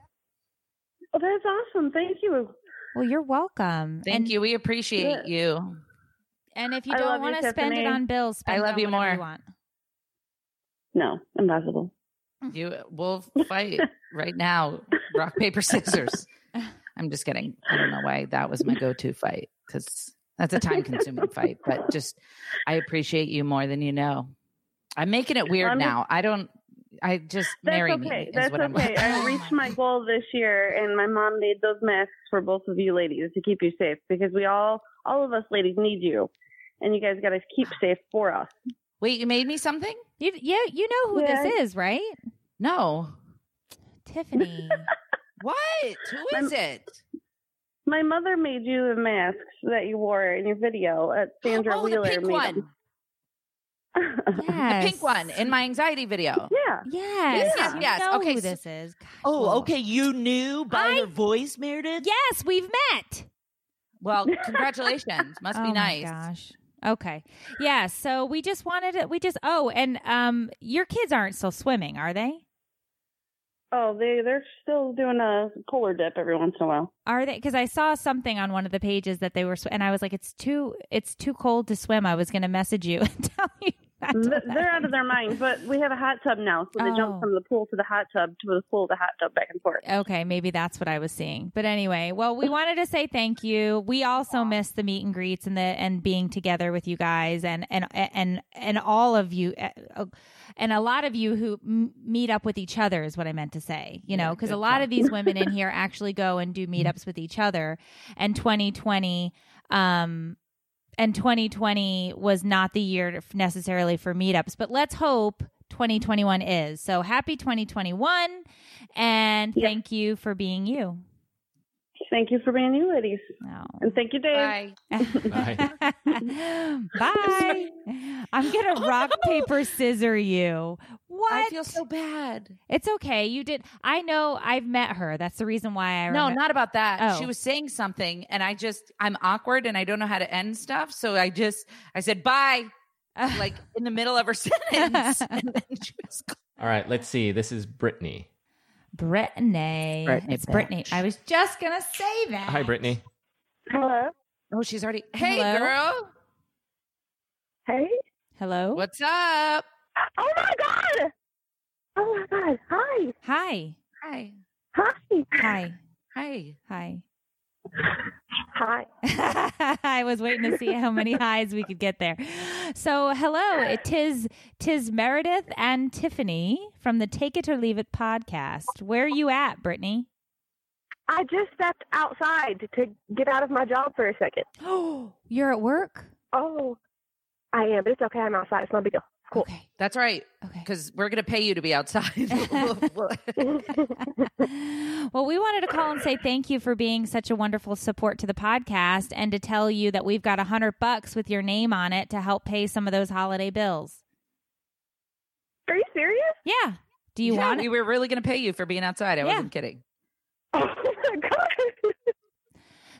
Speaker 11: Oh, that's awesome. Thank you.
Speaker 1: Well, you're welcome.
Speaker 2: Thank
Speaker 1: and,
Speaker 2: you. We appreciate you.
Speaker 1: And if you
Speaker 11: I love
Speaker 1: don't
Speaker 11: you,
Speaker 1: want to spend it
Speaker 11: Tiffany.
Speaker 1: on bills, spend
Speaker 2: love
Speaker 1: it on
Speaker 2: you
Speaker 1: whatever
Speaker 2: more.
Speaker 1: You want.
Speaker 11: No, impossible.
Speaker 2: You will
Speaker 1: [laughs]
Speaker 2: fight right now. Rock, paper, scissors. I'm just kidding. I don't know why that was my go to fight because that's a time
Speaker 1: [laughs]
Speaker 2: consuming fight, but just I appreciate you more than you know. I'm making it weird
Speaker 11: I'm just-
Speaker 2: now. I don't, I just
Speaker 11: That's
Speaker 2: marry me.
Speaker 11: okay.
Speaker 2: Is
Speaker 11: That's
Speaker 2: what I'm [laughs]
Speaker 1: [laughs]
Speaker 11: okay. I reached my goal this year, and my mom made those masks for both of you ladies to keep you safe because we all, all of us ladies, need you, and you guys got to keep safe for us.
Speaker 2: Wait, you made me something?
Speaker 1: You, yeah, you know who this
Speaker 11: Yeah.
Speaker 1: is, right?
Speaker 2: No.
Speaker 1: Tiffany.
Speaker 2: What? Who is it?
Speaker 11: My mother made you the masks that you wore in your video at Sandra
Speaker 2: oh,
Speaker 11: Wheeler.
Speaker 2: the pink
Speaker 11: made
Speaker 2: one.
Speaker 11: 'em.
Speaker 2: The
Speaker 1: Yes.
Speaker 2: pink one in my anxiety video.
Speaker 11: yeah.
Speaker 1: Yes.
Speaker 2: Yeah.
Speaker 1: you
Speaker 2: Yes,
Speaker 1: know
Speaker 2: okay,
Speaker 1: who
Speaker 2: so-
Speaker 1: this is. Gosh,
Speaker 2: Oh,
Speaker 1: Lola.
Speaker 2: okay. You knew by
Speaker 1: I-
Speaker 2: her voice, Meredith?
Speaker 1: Yes, we've met. [laughs]
Speaker 2: Well, congratulations. Must
Speaker 1: oh
Speaker 2: be nice.
Speaker 1: My gosh. Okay. Yeah. So we just wanted to, we just, oh, and um, your kids aren't still swimming, are they?
Speaker 11: Oh, they they're still doing a polar dip every once in
Speaker 1: [laughs]
Speaker 11: a while.
Speaker 1: Are they? Because I saw something on one of the pages that they were, sw- and I was like, it's too, it's too cold to swim. I was going to message you [laughs] and tell you. That's
Speaker 11: Th-
Speaker 1: what
Speaker 11: They're out of their mind, but we have a hot tub now, so they
Speaker 1: Oh.
Speaker 11: jump from the pool to the hot tub to the pool to the hot tub back and forth.
Speaker 1: Okay, maybe that's what I was seeing. But anyway, well, we wanted to say thank you. We also miss the meet and greets and the and being together with you guys and and and and all of you eh, oh, and a lot of you who m- meet up with each other is what I meant to say. You
Speaker 2: Yeah,
Speaker 1: know, because a
Speaker 2: good
Speaker 1: lot
Speaker 2: job.
Speaker 1: of these
Speaker 2: [laughs]
Speaker 1: women in here actually go and do meetups with each other. And 2020 um and 2020 was not the year to- necessarily for meetups, but let's hope 2021 is. So happy 2021 and
Speaker 11: Yeah.
Speaker 1: thank you for being you.
Speaker 11: Thank you for being you, ladies,
Speaker 1: Oh.
Speaker 11: and thank you, Dave.
Speaker 2: Bye.
Speaker 1: [laughs] Bye. I'm going to rock, paper, scissor you. What?
Speaker 2: I feel so bad.
Speaker 1: it's okay. You did. I know I've met her. That's the reason why I
Speaker 2: No,
Speaker 1: remem-
Speaker 2: not about that.
Speaker 1: Oh.
Speaker 2: She was saying something, and I just, I'm awkward and I don't know how to end stuff. So I just, I said
Speaker 1: [laughs]
Speaker 2: bye, like in the middle of her [laughs] sentence. And then she was gone.
Speaker 4: All right, let's see. This is Brittany.
Speaker 1: Brittany.
Speaker 2: Brittany
Speaker 1: It's Brittany.
Speaker 2: Batch.
Speaker 1: I was just going to say that.
Speaker 4: Hi, Brittany.
Speaker 3: Hello.
Speaker 2: Oh, she's already, hey,
Speaker 1: Hello?
Speaker 2: girl,
Speaker 3: Hey.
Speaker 1: Hello.
Speaker 2: what's up?
Speaker 3: Oh my god. Oh my god. Hi.
Speaker 1: Hi.
Speaker 2: Hi.
Speaker 3: Hi.
Speaker 1: Hi.
Speaker 2: Hi.
Speaker 1: Hi.
Speaker 3: Hi.
Speaker 1: [laughs] I was waiting to see how many highs we could get there. So, hello, it is tis Meredith and Tiffany from the Take It or Leave It podcast. Where you at, Brittany?
Speaker 3: I just stepped outside to get out of my job for a second.
Speaker 1: Oh, [gasps] you're at work.
Speaker 3: Oh, I am, but it's okay. I'm outside. It's no big deal. Cool.
Speaker 1: Okay.
Speaker 2: That's right.
Speaker 1: Okay.
Speaker 2: Because we're going to pay you to be outside.
Speaker 1: well, we wanted to call and say thank you for being such a wonderful support to the podcast, and to tell you that we've got a hundred bucks with your name on it to help pay some of those holiday bills.
Speaker 3: Are you serious?
Speaker 1: Yeah. Do you
Speaker 2: Yeah,
Speaker 1: want it?
Speaker 2: We were really going to pay you for being outside. I
Speaker 1: Yeah.
Speaker 2: wasn't kidding.
Speaker 3: Oh my god.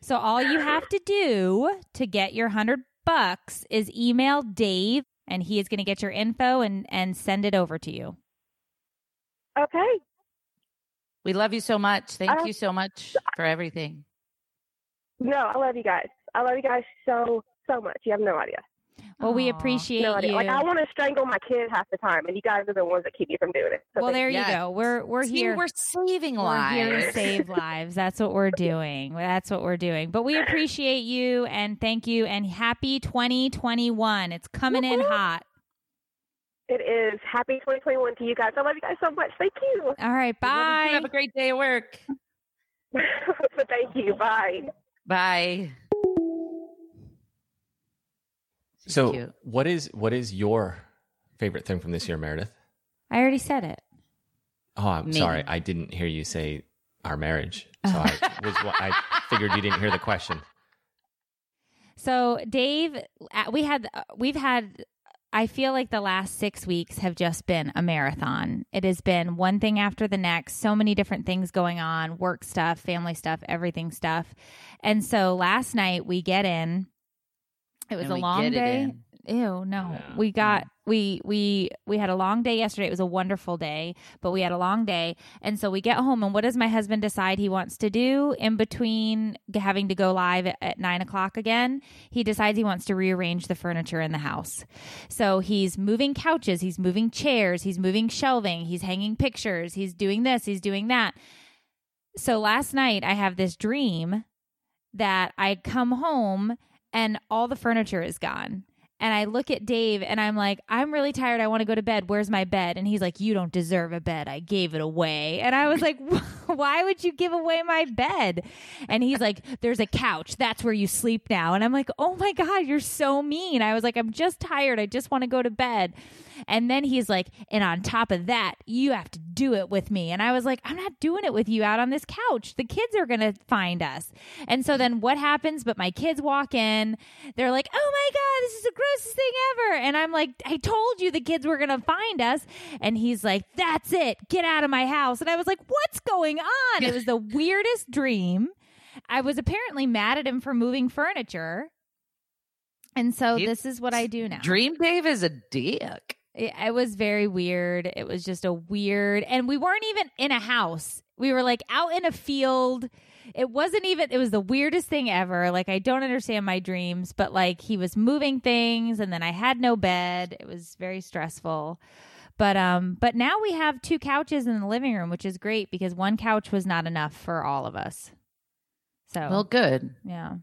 Speaker 1: So all you have to do to get your hundred bucks is email Dave, and he is going to get your info and and send it over to you.
Speaker 3: Okay.
Speaker 2: We love you so much. Thank
Speaker 3: Uh,
Speaker 2: you so much for everything.
Speaker 3: No, I love you guys. I love you guys so so much. You have no idea.
Speaker 1: Well, we
Speaker 2: Aw.
Speaker 1: appreciate
Speaker 3: No idea.
Speaker 1: you.
Speaker 3: Like I want to strangle my kid half the time, and you guys are the ones that keep me from doing it. So
Speaker 1: well,
Speaker 3: thank
Speaker 1: there
Speaker 2: Yes.
Speaker 1: you go. We're we're
Speaker 2: See,
Speaker 1: here.
Speaker 2: We're saving
Speaker 1: We're
Speaker 2: lives.
Speaker 1: here to
Speaker 2: [laughs]
Speaker 1: save lives. That's what we're doing. That's what we're doing. But we appreciate you and thank you and happy 2021. It's coming in hot.
Speaker 3: you. It is happy 2021 to you guys. I love you guys so much. Thank you.
Speaker 1: All right,
Speaker 2: We love you too.
Speaker 1: bye.
Speaker 2: Have a great day at work.
Speaker 7: but thank you. Bye.
Speaker 2: Bye. She's
Speaker 4: so
Speaker 2: cute.
Speaker 4: what is what is your favorite thing from this year, Meredith?
Speaker 1: I already said it.
Speaker 4: Oh, I'm
Speaker 2: Me.
Speaker 4: sorry, I didn't hear you say our marriage.
Speaker 1: Oh.
Speaker 4: So I was I figured you didn't hear the question.
Speaker 1: So Dave, uh, we had uh, we've had I feel like the last 6 weeks have just been a marathon. It has been one thing after the next, so many different things going on, work stuff, family stuff, everything stuff. And so last night we get in. It was
Speaker 2: And
Speaker 1: a
Speaker 2: we
Speaker 1: long
Speaker 2: get it
Speaker 1: day.
Speaker 2: in.
Speaker 1: Ew, no.
Speaker 4: Yeah.
Speaker 1: We got we we we had a long day yesterday. It was a wonderful day, but we had a long day. And so we get home and what does my husband decide he wants to do in between having to go live at, at nine o'clock again? He decides he wants to rearrange the furniture in the house. So he's moving couches, he's moving chairs, he's moving shelving, he's hanging pictures, he's doing this, he's doing that. So last night I have this dream that I come home and all the furniture is gone. And I look at Dave and I'm like, I'm really tired. I want to go to bed. Where's my bed? And he's like, You don't deserve a bed. I gave it away. And I was like, [laughs] Why would you give away my bed? And he's like, There's a couch. That's where you sleep now. And I'm like, Oh my God, you're so mean. I was like, I'm just tired. I just want to go to bed. And then he's like, And on top of that, you have to do it with me. And I was like, I'm not doing it with you out on this couch. The kids are going to find us. And so then what happens? But my kids walk in. They're like, oh my God, this is the grossest thing ever. And I'm like, I told you the kids were going to find us. And he's like, that's it. Get out of my house. And I was like, what's going on? It was the weirdest dream. I was apparently mad at him for moving furniture. And so
Speaker 2: You-
Speaker 1: this is what I do now.
Speaker 2: Dream Dave is a dick.
Speaker 1: It, it was very weird. It was just a weird, and we weren't even in a house. We were like out in a field. It wasn't even, it was the weirdest thing ever. Like, I don't understand my dreams, but like he was moving things and then I had no bed. It was very stressful. But, um, but now we have two couches in the living room, which is great because one couch was not enough for all of us. So,
Speaker 2: Well, good.
Speaker 1: yeah.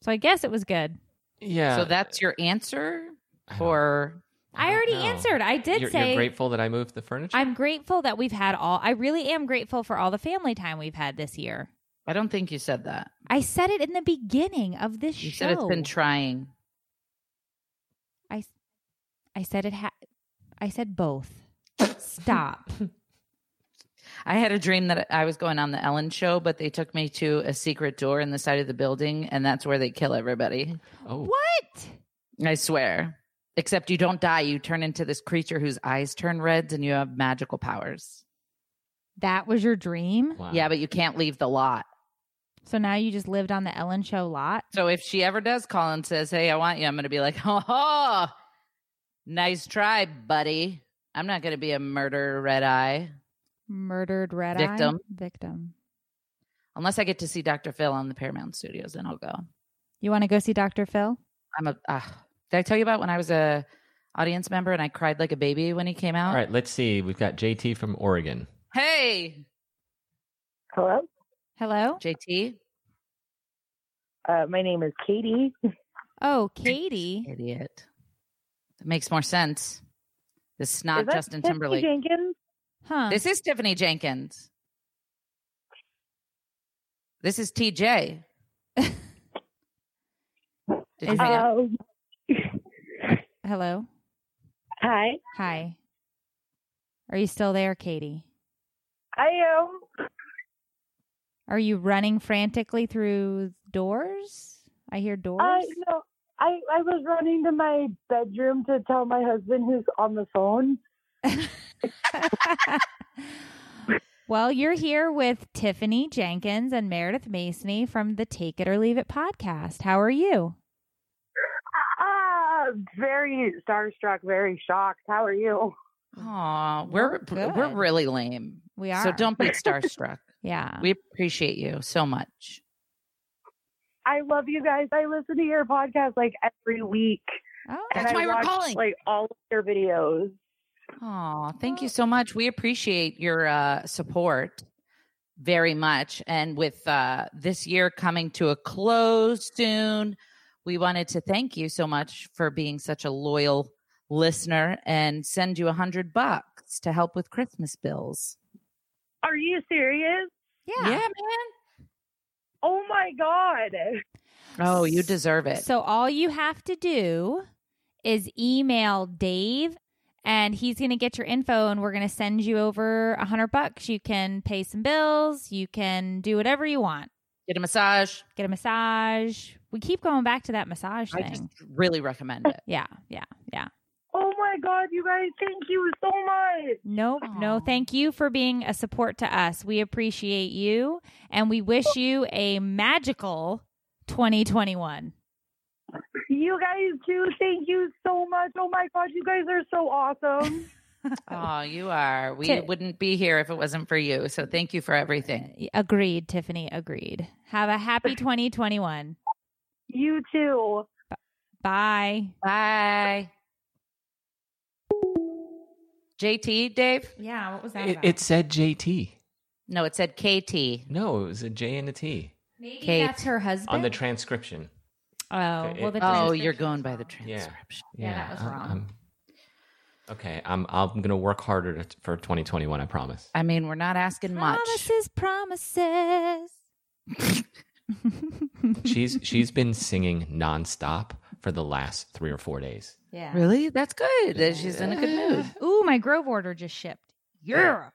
Speaker 1: So I guess it was good.
Speaker 4: Yeah.
Speaker 2: so that's your answer,
Speaker 4: I don't-
Speaker 2: or
Speaker 1: I,
Speaker 4: don't
Speaker 1: already
Speaker 4: know.
Speaker 1: answered. [laughs] I did
Speaker 4: you're,
Speaker 1: say
Speaker 4: you're grateful that I moved the furniture.
Speaker 1: I'm grateful that we've had all, I really am grateful for all the family time we've had this year.
Speaker 2: I don't think you said that.
Speaker 1: I said it in the beginning of this
Speaker 2: You
Speaker 1: show.
Speaker 2: said it's been trying.
Speaker 1: I said it, ha- I said both.
Speaker 2: [laughs]
Speaker 1: Stop.
Speaker 2: I had a dream that I was going on the Ellen show, but they took me to a secret door in the side of the building, and that's where they kill everybody.
Speaker 4: oh,
Speaker 1: what?
Speaker 2: I swear. Except you don't die. You turn into this creature whose eyes turn reds and you have magical powers.
Speaker 1: That was your dream?
Speaker 4: wow.
Speaker 2: Yeah, but you can't leave the lot.
Speaker 1: So now you just lived on the Ellen show lot?
Speaker 2: So if she ever does call and says, Hey, I want you, I'm going to be like, [laughs] Oh, nice try, buddy. I'm not going to be a murder red eye
Speaker 1: Murdered red
Speaker 2: Victim.
Speaker 1: eye? Victim.
Speaker 2: unless I get to see Dr. Phil on the Paramount Studios, then I'll go.
Speaker 1: You want to go see Dr. Phil?
Speaker 2: I'm a. Uh, did I tell you about when I was a audience member and I cried like a baby when he came out?
Speaker 4: All right, let's see. We've got JT from Oregon.
Speaker 2: Hey,
Speaker 7: Hello.
Speaker 1: Hello?
Speaker 2: JT.
Speaker 7: Uh, my name is Katie. [laughs]
Speaker 1: Oh, Katie.
Speaker 2: Idiot. That makes more sense. This is not
Speaker 7: Is that
Speaker 2: Justin
Speaker 7: Tiffany
Speaker 2: Timberlake.
Speaker 7: Jenkins?
Speaker 1: Huh.
Speaker 2: This is Tiffany Jenkins. This is TJ. Did you
Speaker 1: Is
Speaker 2: hang up?
Speaker 7: Oh,
Speaker 1: Hello?
Speaker 7: hi.
Speaker 1: Hi. Are you still there, Katie?
Speaker 7: I am.
Speaker 1: Are you running frantically through doors? I hear doors.
Speaker 7: I Uh, no. I I was running to my bedroom to tell my husband who's on the phone.
Speaker 1: well, you're here with Tiffany Jenkins and Meredith Masony from the Take It or Leave It podcast. How are you?
Speaker 7: Ah, very starstruck, very shocked. How are you?
Speaker 2: Aw, we're
Speaker 1: We're
Speaker 2: we're
Speaker 1: good.
Speaker 2: really lame.
Speaker 1: We are.
Speaker 2: So don't
Speaker 1: [laughs]
Speaker 2: be starstruck.
Speaker 1: Yeah.
Speaker 2: we appreciate you so much.
Speaker 7: I love you guys. I listen to your podcast like every week.
Speaker 1: oh,
Speaker 7: And
Speaker 2: That's
Speaker 7: I
Speaker 2: why we're
Speaker 7: watch,
Speaker 2: calling.
Speaker 7: Like all of your videos.
Speaker 2: Oh, thank you so much. We appreciate your uh, support very much. And with uh, this year coming to a close soon, we wanted to thank you so much for being such a loyal listener and send you a hundred bucks to help with Christmas bills.
Speaker 7: Are you serious?
Speaker 1: yeah.
Speaker 2: man.
Speaker 7: Oh my God.
Speaker 2: Oh, you deserve it.
Speaker 1: So all you have to do is email Dave and he's going to get your info and we're going to send you over a hundred bucks. You can pay some bills. You can do whatever you want.
Speaker 2: Get a massage.
Speaker 1: Get a massage. We keep going back to that massage
Speaker 2: I
Speaker 1: thing.
Speaker 2: just really recommend it.
Speaker 1: yeah. Yeah. Yeah.
Speaker 7: Oh my God, you guys, thank you so much.
Speaker 1: No, no,
Speaker 2: Aw.
Speaker 1: thank you for being a support to us. We appreciate you and we wish you a magical 2021.
Speaker 7: You guys too, thank you so much. Oh my God, you guys are so awesome.
Speaker 2: Oh, you are. We
Speaker 1: Ti-
Speaker 2: wouldn't be here if it wasn't for you. So thank you for everything.
Speaker 1: Agreed, Tiffany, agreed. Have a
Speaker 7: [laughs]
Speaker 1: happy 2021.
Speaker 7: you too.
Speaker 1: Bye.
Speaker 2: Bye. JT, Dave?
Speaker 1: Yeah, what was that?
Speaker 4: It, it said JT.
Speaker 2: No, it said KT.
Speaker 4: No, it was a J and a T
Speaker 1: Maybe
Speaker 2: Kate.
Speaker 1: that's her husband.
Speaker 4: on the transcription.
Speaker 1: oh, well, the
Speaker 4: it-
Speaker 2: Oh, you're
Speaker 1: transcription's
Speaker 2: going by
Speaker 1: wrong.
Speaker 2: the
Speaker 4: Yeah.
Speaker 2: transcription.
Speaker 1: Yeah, that was
Speaker 4: I-
Speaker 1: wrong.
Speaker 4: Uh, I'm- okay, I'm I'm gonna work harder to, for 2021. I
Speaker 1: [laughs]
Speaker 4: promise.
Speaker 2: I mean, we're not asking much.
Speaker 1: Promises, promises.
Speaker 4: She's she's been singing nonstop for the last three or four days.
Speaker 1: yeah.
Speaker 2: Really? That's good. that She's in a good
Speaker 1: [laughs]
Speaker 2: mood.
Speaker 1: Ooh, my Grove order just shipped. Yeah.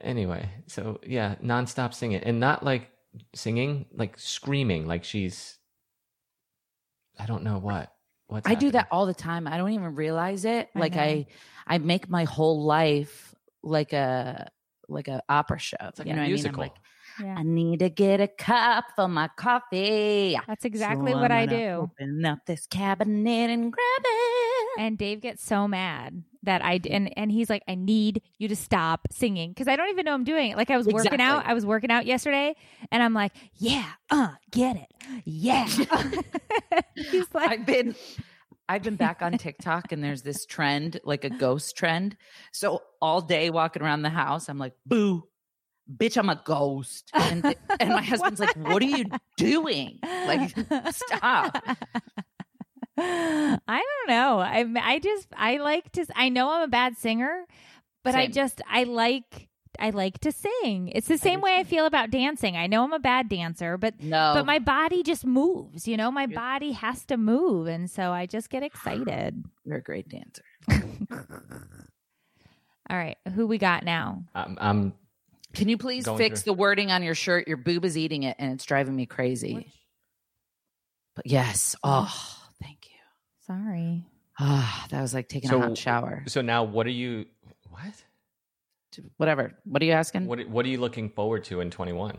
Speaker 4: Anyway, so yeah, nonstop singing and not like singing, like screaming, like she's I don't know what. What's
Speaker 2: I do that
Speaker 4: happening.
Speaker 2: all the time. I don't even realize it.
Speaker 1: I
Speaker 2: like
Speaker 1: know.
Speaker 2: I,
Speaker 1: Mm-hmm.
Speaker 2: I make my whole life like a like a opera show.
Speaker 4: It's like
Speaker 2: you
Speaker 4: a
Speaker 2: know what
Speaker 4: musical.
Speaker 2: I mean?
Speaker 1: Yeah.
Speaker 2: I'm like, I need to get a cup for my coffee.
Speaker 1: That's exactly
Speaker 2: So
Speaker 1: what
Speaker 2: I'm
Speaker 1: I
Speaker 2: gonna
Speaker 1: do.
Speaker 2: Open up this cabinet and grab it.
Speaker 1: And Dave gets so mad that I d- and and he's like, I need you to stop singing because I don't even know I'm doing it. Like I was working out,
Speaker 2: Exactly.
Speaker 1: I was working out yesterday, and I'm like, yeah, uh, get it, yeah. he's like,
Speaker 2: I've been I've been back on TikTok and there's this trend, like a ghost trend. So all day walking around the house, I'm like, boo, bitch, I'm a ghost. And, th- and
Speaker 1: [laughs]
Speaker 2: my husband's like, what are you doing? Like, stop.
Speaker 1: I don't know. I I just I like to. I know I'm a bad singer, but I
Speaker 2: Same.
Speaker 1: just I like I like to sing. It's the same
Speaker 2: do
Speaker 1: way I
Speaker 2: too.
Speaker 1: feel about dancing. I know I'm a bad dancer, but
Speaker 2: No.
Speaker 1: but my body just moves. You know, my
Speaker 2: You're-
Speaker 1: body has to move, and so I just get excited.
Speaker 2: You're a great dancer.
Speaker 1: All right, who we got now?
Speaker 4: I'm, I'm
Speaker 2: Can you please
Speaker 4: Um, Going
Speaker 2: fix
Speaker 4: through.
Speaker 2: the wording on your shirt? Your boob is eating it and it's driving me crazy.
Speaker 1: Oh,
Speaker 2: But [laughs] yes. Oh, thank you.
Speaker 1: Sorry.
Speaker 2: Ah, that was like taking
Speaker 4: So-
Speaker 2: a hot shower.
Speaker 4: so now what are you what?
Speaker 2: Whatever. What are you asking?
Speaker 4: What what are you looking forward to in 21?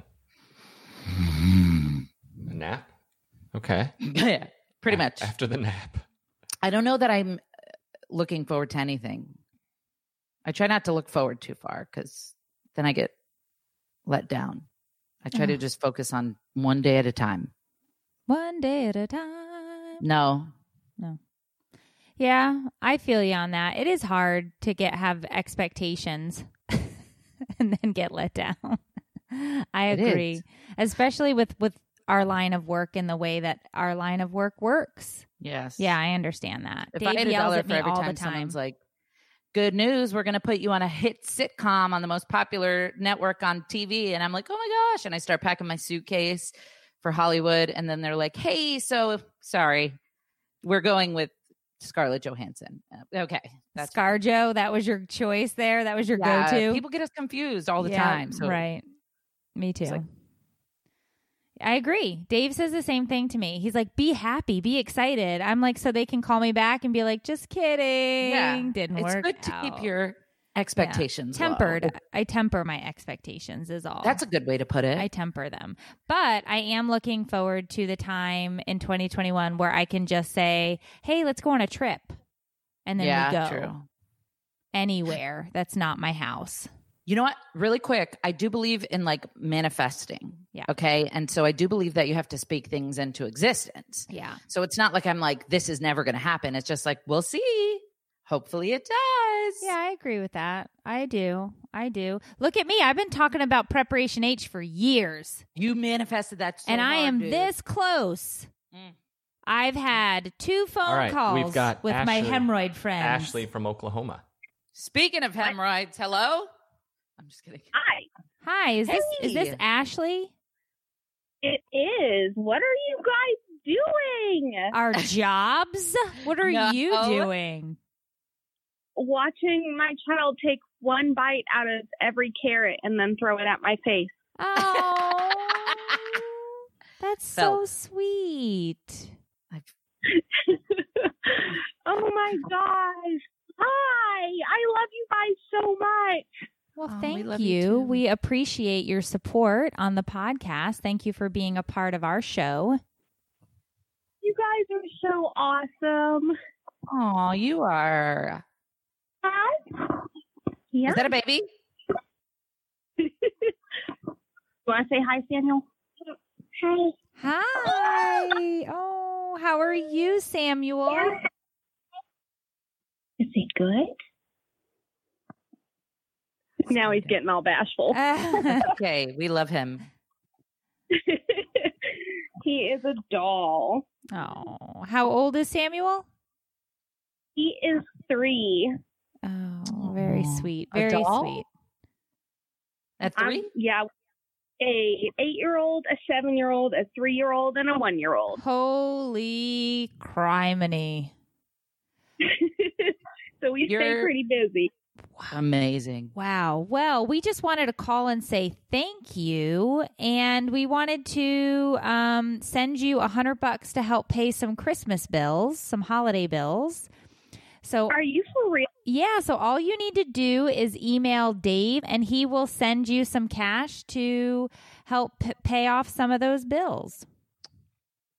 Speaker 4: A nap? Okay.
Speaker 2: [laughs] yeah, pretty
Speaker 4: A-
Speaker 2: much.
Speaker 4: After the nap.
Speaker 2: I don't know that I'm uh, looking forward to anything. I try not to look forward too far because then I get let down. I try to
Speaker 1: Ugh.
Speaker 2: just focus on one day at a time.
Speaker 1: One day at a time.
Speaker 2: No,
Speaker 1: Yeah, I feel you on that. It is hard to get have expectations [laughs] and then get let down. [laughs] I
Speaker 2: It is.
Speaker 1: agree, especially with with our line of work and the way that our line of work works.
Speaker 2: yes,
Speaker 1: Yeah, I understand that.
Speaker 2: If
Speaker 1: Dave
Speaker 2: I had a
Speaker 1: yells
Speaker 2: dollar
Speaker 1: at
Speaker 2: for
Speaker 1: me
Speaker 2: every
Speaker 1: all
Speaker 2: time,
Speaker 1: the time.
Speaker 2: someone's like, "Good news, we're going to put you on a hit sitcom on the most popular network on TV," and I'm like, "Oh my gosh!" and I start packing my suitcase for Hollywood, and then they're like, "Hey, so sorry, we're going with Scarlett Johansson." Uh, Okay, that's
Speaker 1: Scarjo, that was your choice there. That was your
Speaker 2: Yeah,
Speaker 1: go to.
Speaker 2: People get us confused all the
Speaker 1: Yeah,
Speaker 2: time. So
Speaker 1: right. Me too.
Speaker 2: it's like-
Speaker 1: I agree. Dave says the same thing to me. He's like, "Be happy, be excited." I'm like, so they can call me back and be like, "Just kidding, didn't
Speaker 2: it's
Speaker 1: work."
Speaker 2: good to
Speaker 1: out."
Speaker 2: keep your expectations low.
Speaker 1: tempered. I temper my expectations is all.
Speaker 2: That's a good way to put it.
Speaker 1: I temper them. But I am looking forward to the time in 2021 where I can just say, "Hey, let's go on a trip," and then
Speaker 2: yeah,
Speaker 1: we go
Speaker 2: true.
Speaker 1: anywhere that's not my house.
Speaker 2: You know what? Really quick, I do believe in like manifesting.
Speaker 1: Yeah.
Speaker 2: Okay. And so I do believe that you have to speak things into existence.
Speaker 1: Yeah,
Speaker 2: So it's not like I'm like, this is never going to happen. It's just like, we'll see. Hopefully it does.
Speaker 1: Yeah, I agree with that. I do. I do. Look at me. I've been talking about Preparation H for years,
Speaker 2: You manifested that. So
Speaker 1: and I
Speaker 2: hard,
Speaker 1: am
Speaker 2: dude.
Speaker 1: this close.
Speaker 2: Mm.
Speaker 1: I've had two phone
Speaker 4: All right, we've
Speaker 1: calls
Speaker 4: got
Speaker 1: with my
Speaker 4: Ashley-
Speaker 1: hemorrhoid friends.
Speaker 4: Ashley from Oklahoma.
Speaker 2: Speaking of hemorrhoids, hello? I'm just kidding.
Speaker 6: Hi.
Speaker 1: Hi, is this is this
Speaker 2: Hey.
Speaker 1: Ashley?
Speaker 11: It is. What are you guys doing?
Speaker 2: [laughs]
Speaker 1: Our jobs? What are
Speaker 2: No.
Speaker 1: you doing?
Speaker 11: Watching my child take one bite out of every carrot and then throw it at my face.
Speaker 1: Oh, that's so
Speaker 2: Felt.
Speaker 1: sweet.
Speaker 11: [laughs] oh my gosh. Hi. I love you guys so much.
Speaker 1: Well,
Speaker 2: Oh, we
Speaker 1: thank
Speaker 2: love you
Speaker 1: you.
Speaker 2: too.
Speaker 1: we appreciate your support on the podcast. Thank you for being a part of our show.
Speaker 11: You guys are so awesome.
Speaker 2: Oh, you are.
Speaker 11: Hi. Yeah.
Speaker 2: Is that a baby?
Speaker 11: you want to say hi, Samuel? Hi.
Speaker 1: Hi. Oh, how are you, Samuel?
Speaker 11: Is he good? Now he's getting all bashful.
Speaker 2: [laughs] Okay, we love
Speaker 11: [laughs]
Speaker 2: him.
Speaker 11: he is a doll.
Speaker 1: oh, how old is Samuel?
Speaker 11: He is three.
Speaker 1: Oh, very
Speaker 2: Aw.
Speaker 1: sweet.
Speaker 2: A
Speaker 1: Very
Speaker 2: doll?
Speaker 1: sweet.
Speaker 2: At
Speaker 11: I'm-
Speaker 2: 3
Speaker 11: yeah. A eight year old, a seven year old, a three year old, and a one year old.
Speaker 1: Holy criminy.
Speaker 11: [laughs] so we stay
Speaker 2: You're-
Speaker 11: pretty busy.
Speaker 2: Amazing.
Speaker 1: Wow. Well, we just wanted to call and say thank you. And we wanted to um, send you a hundred bucks to help pay some Christmas bills, some holiday bills. So,
Speaker 11: Are you for real?
Speaker 1: yeah, so all you need to do is email Dave and he will send you some cash to help p- pay off some of those bills.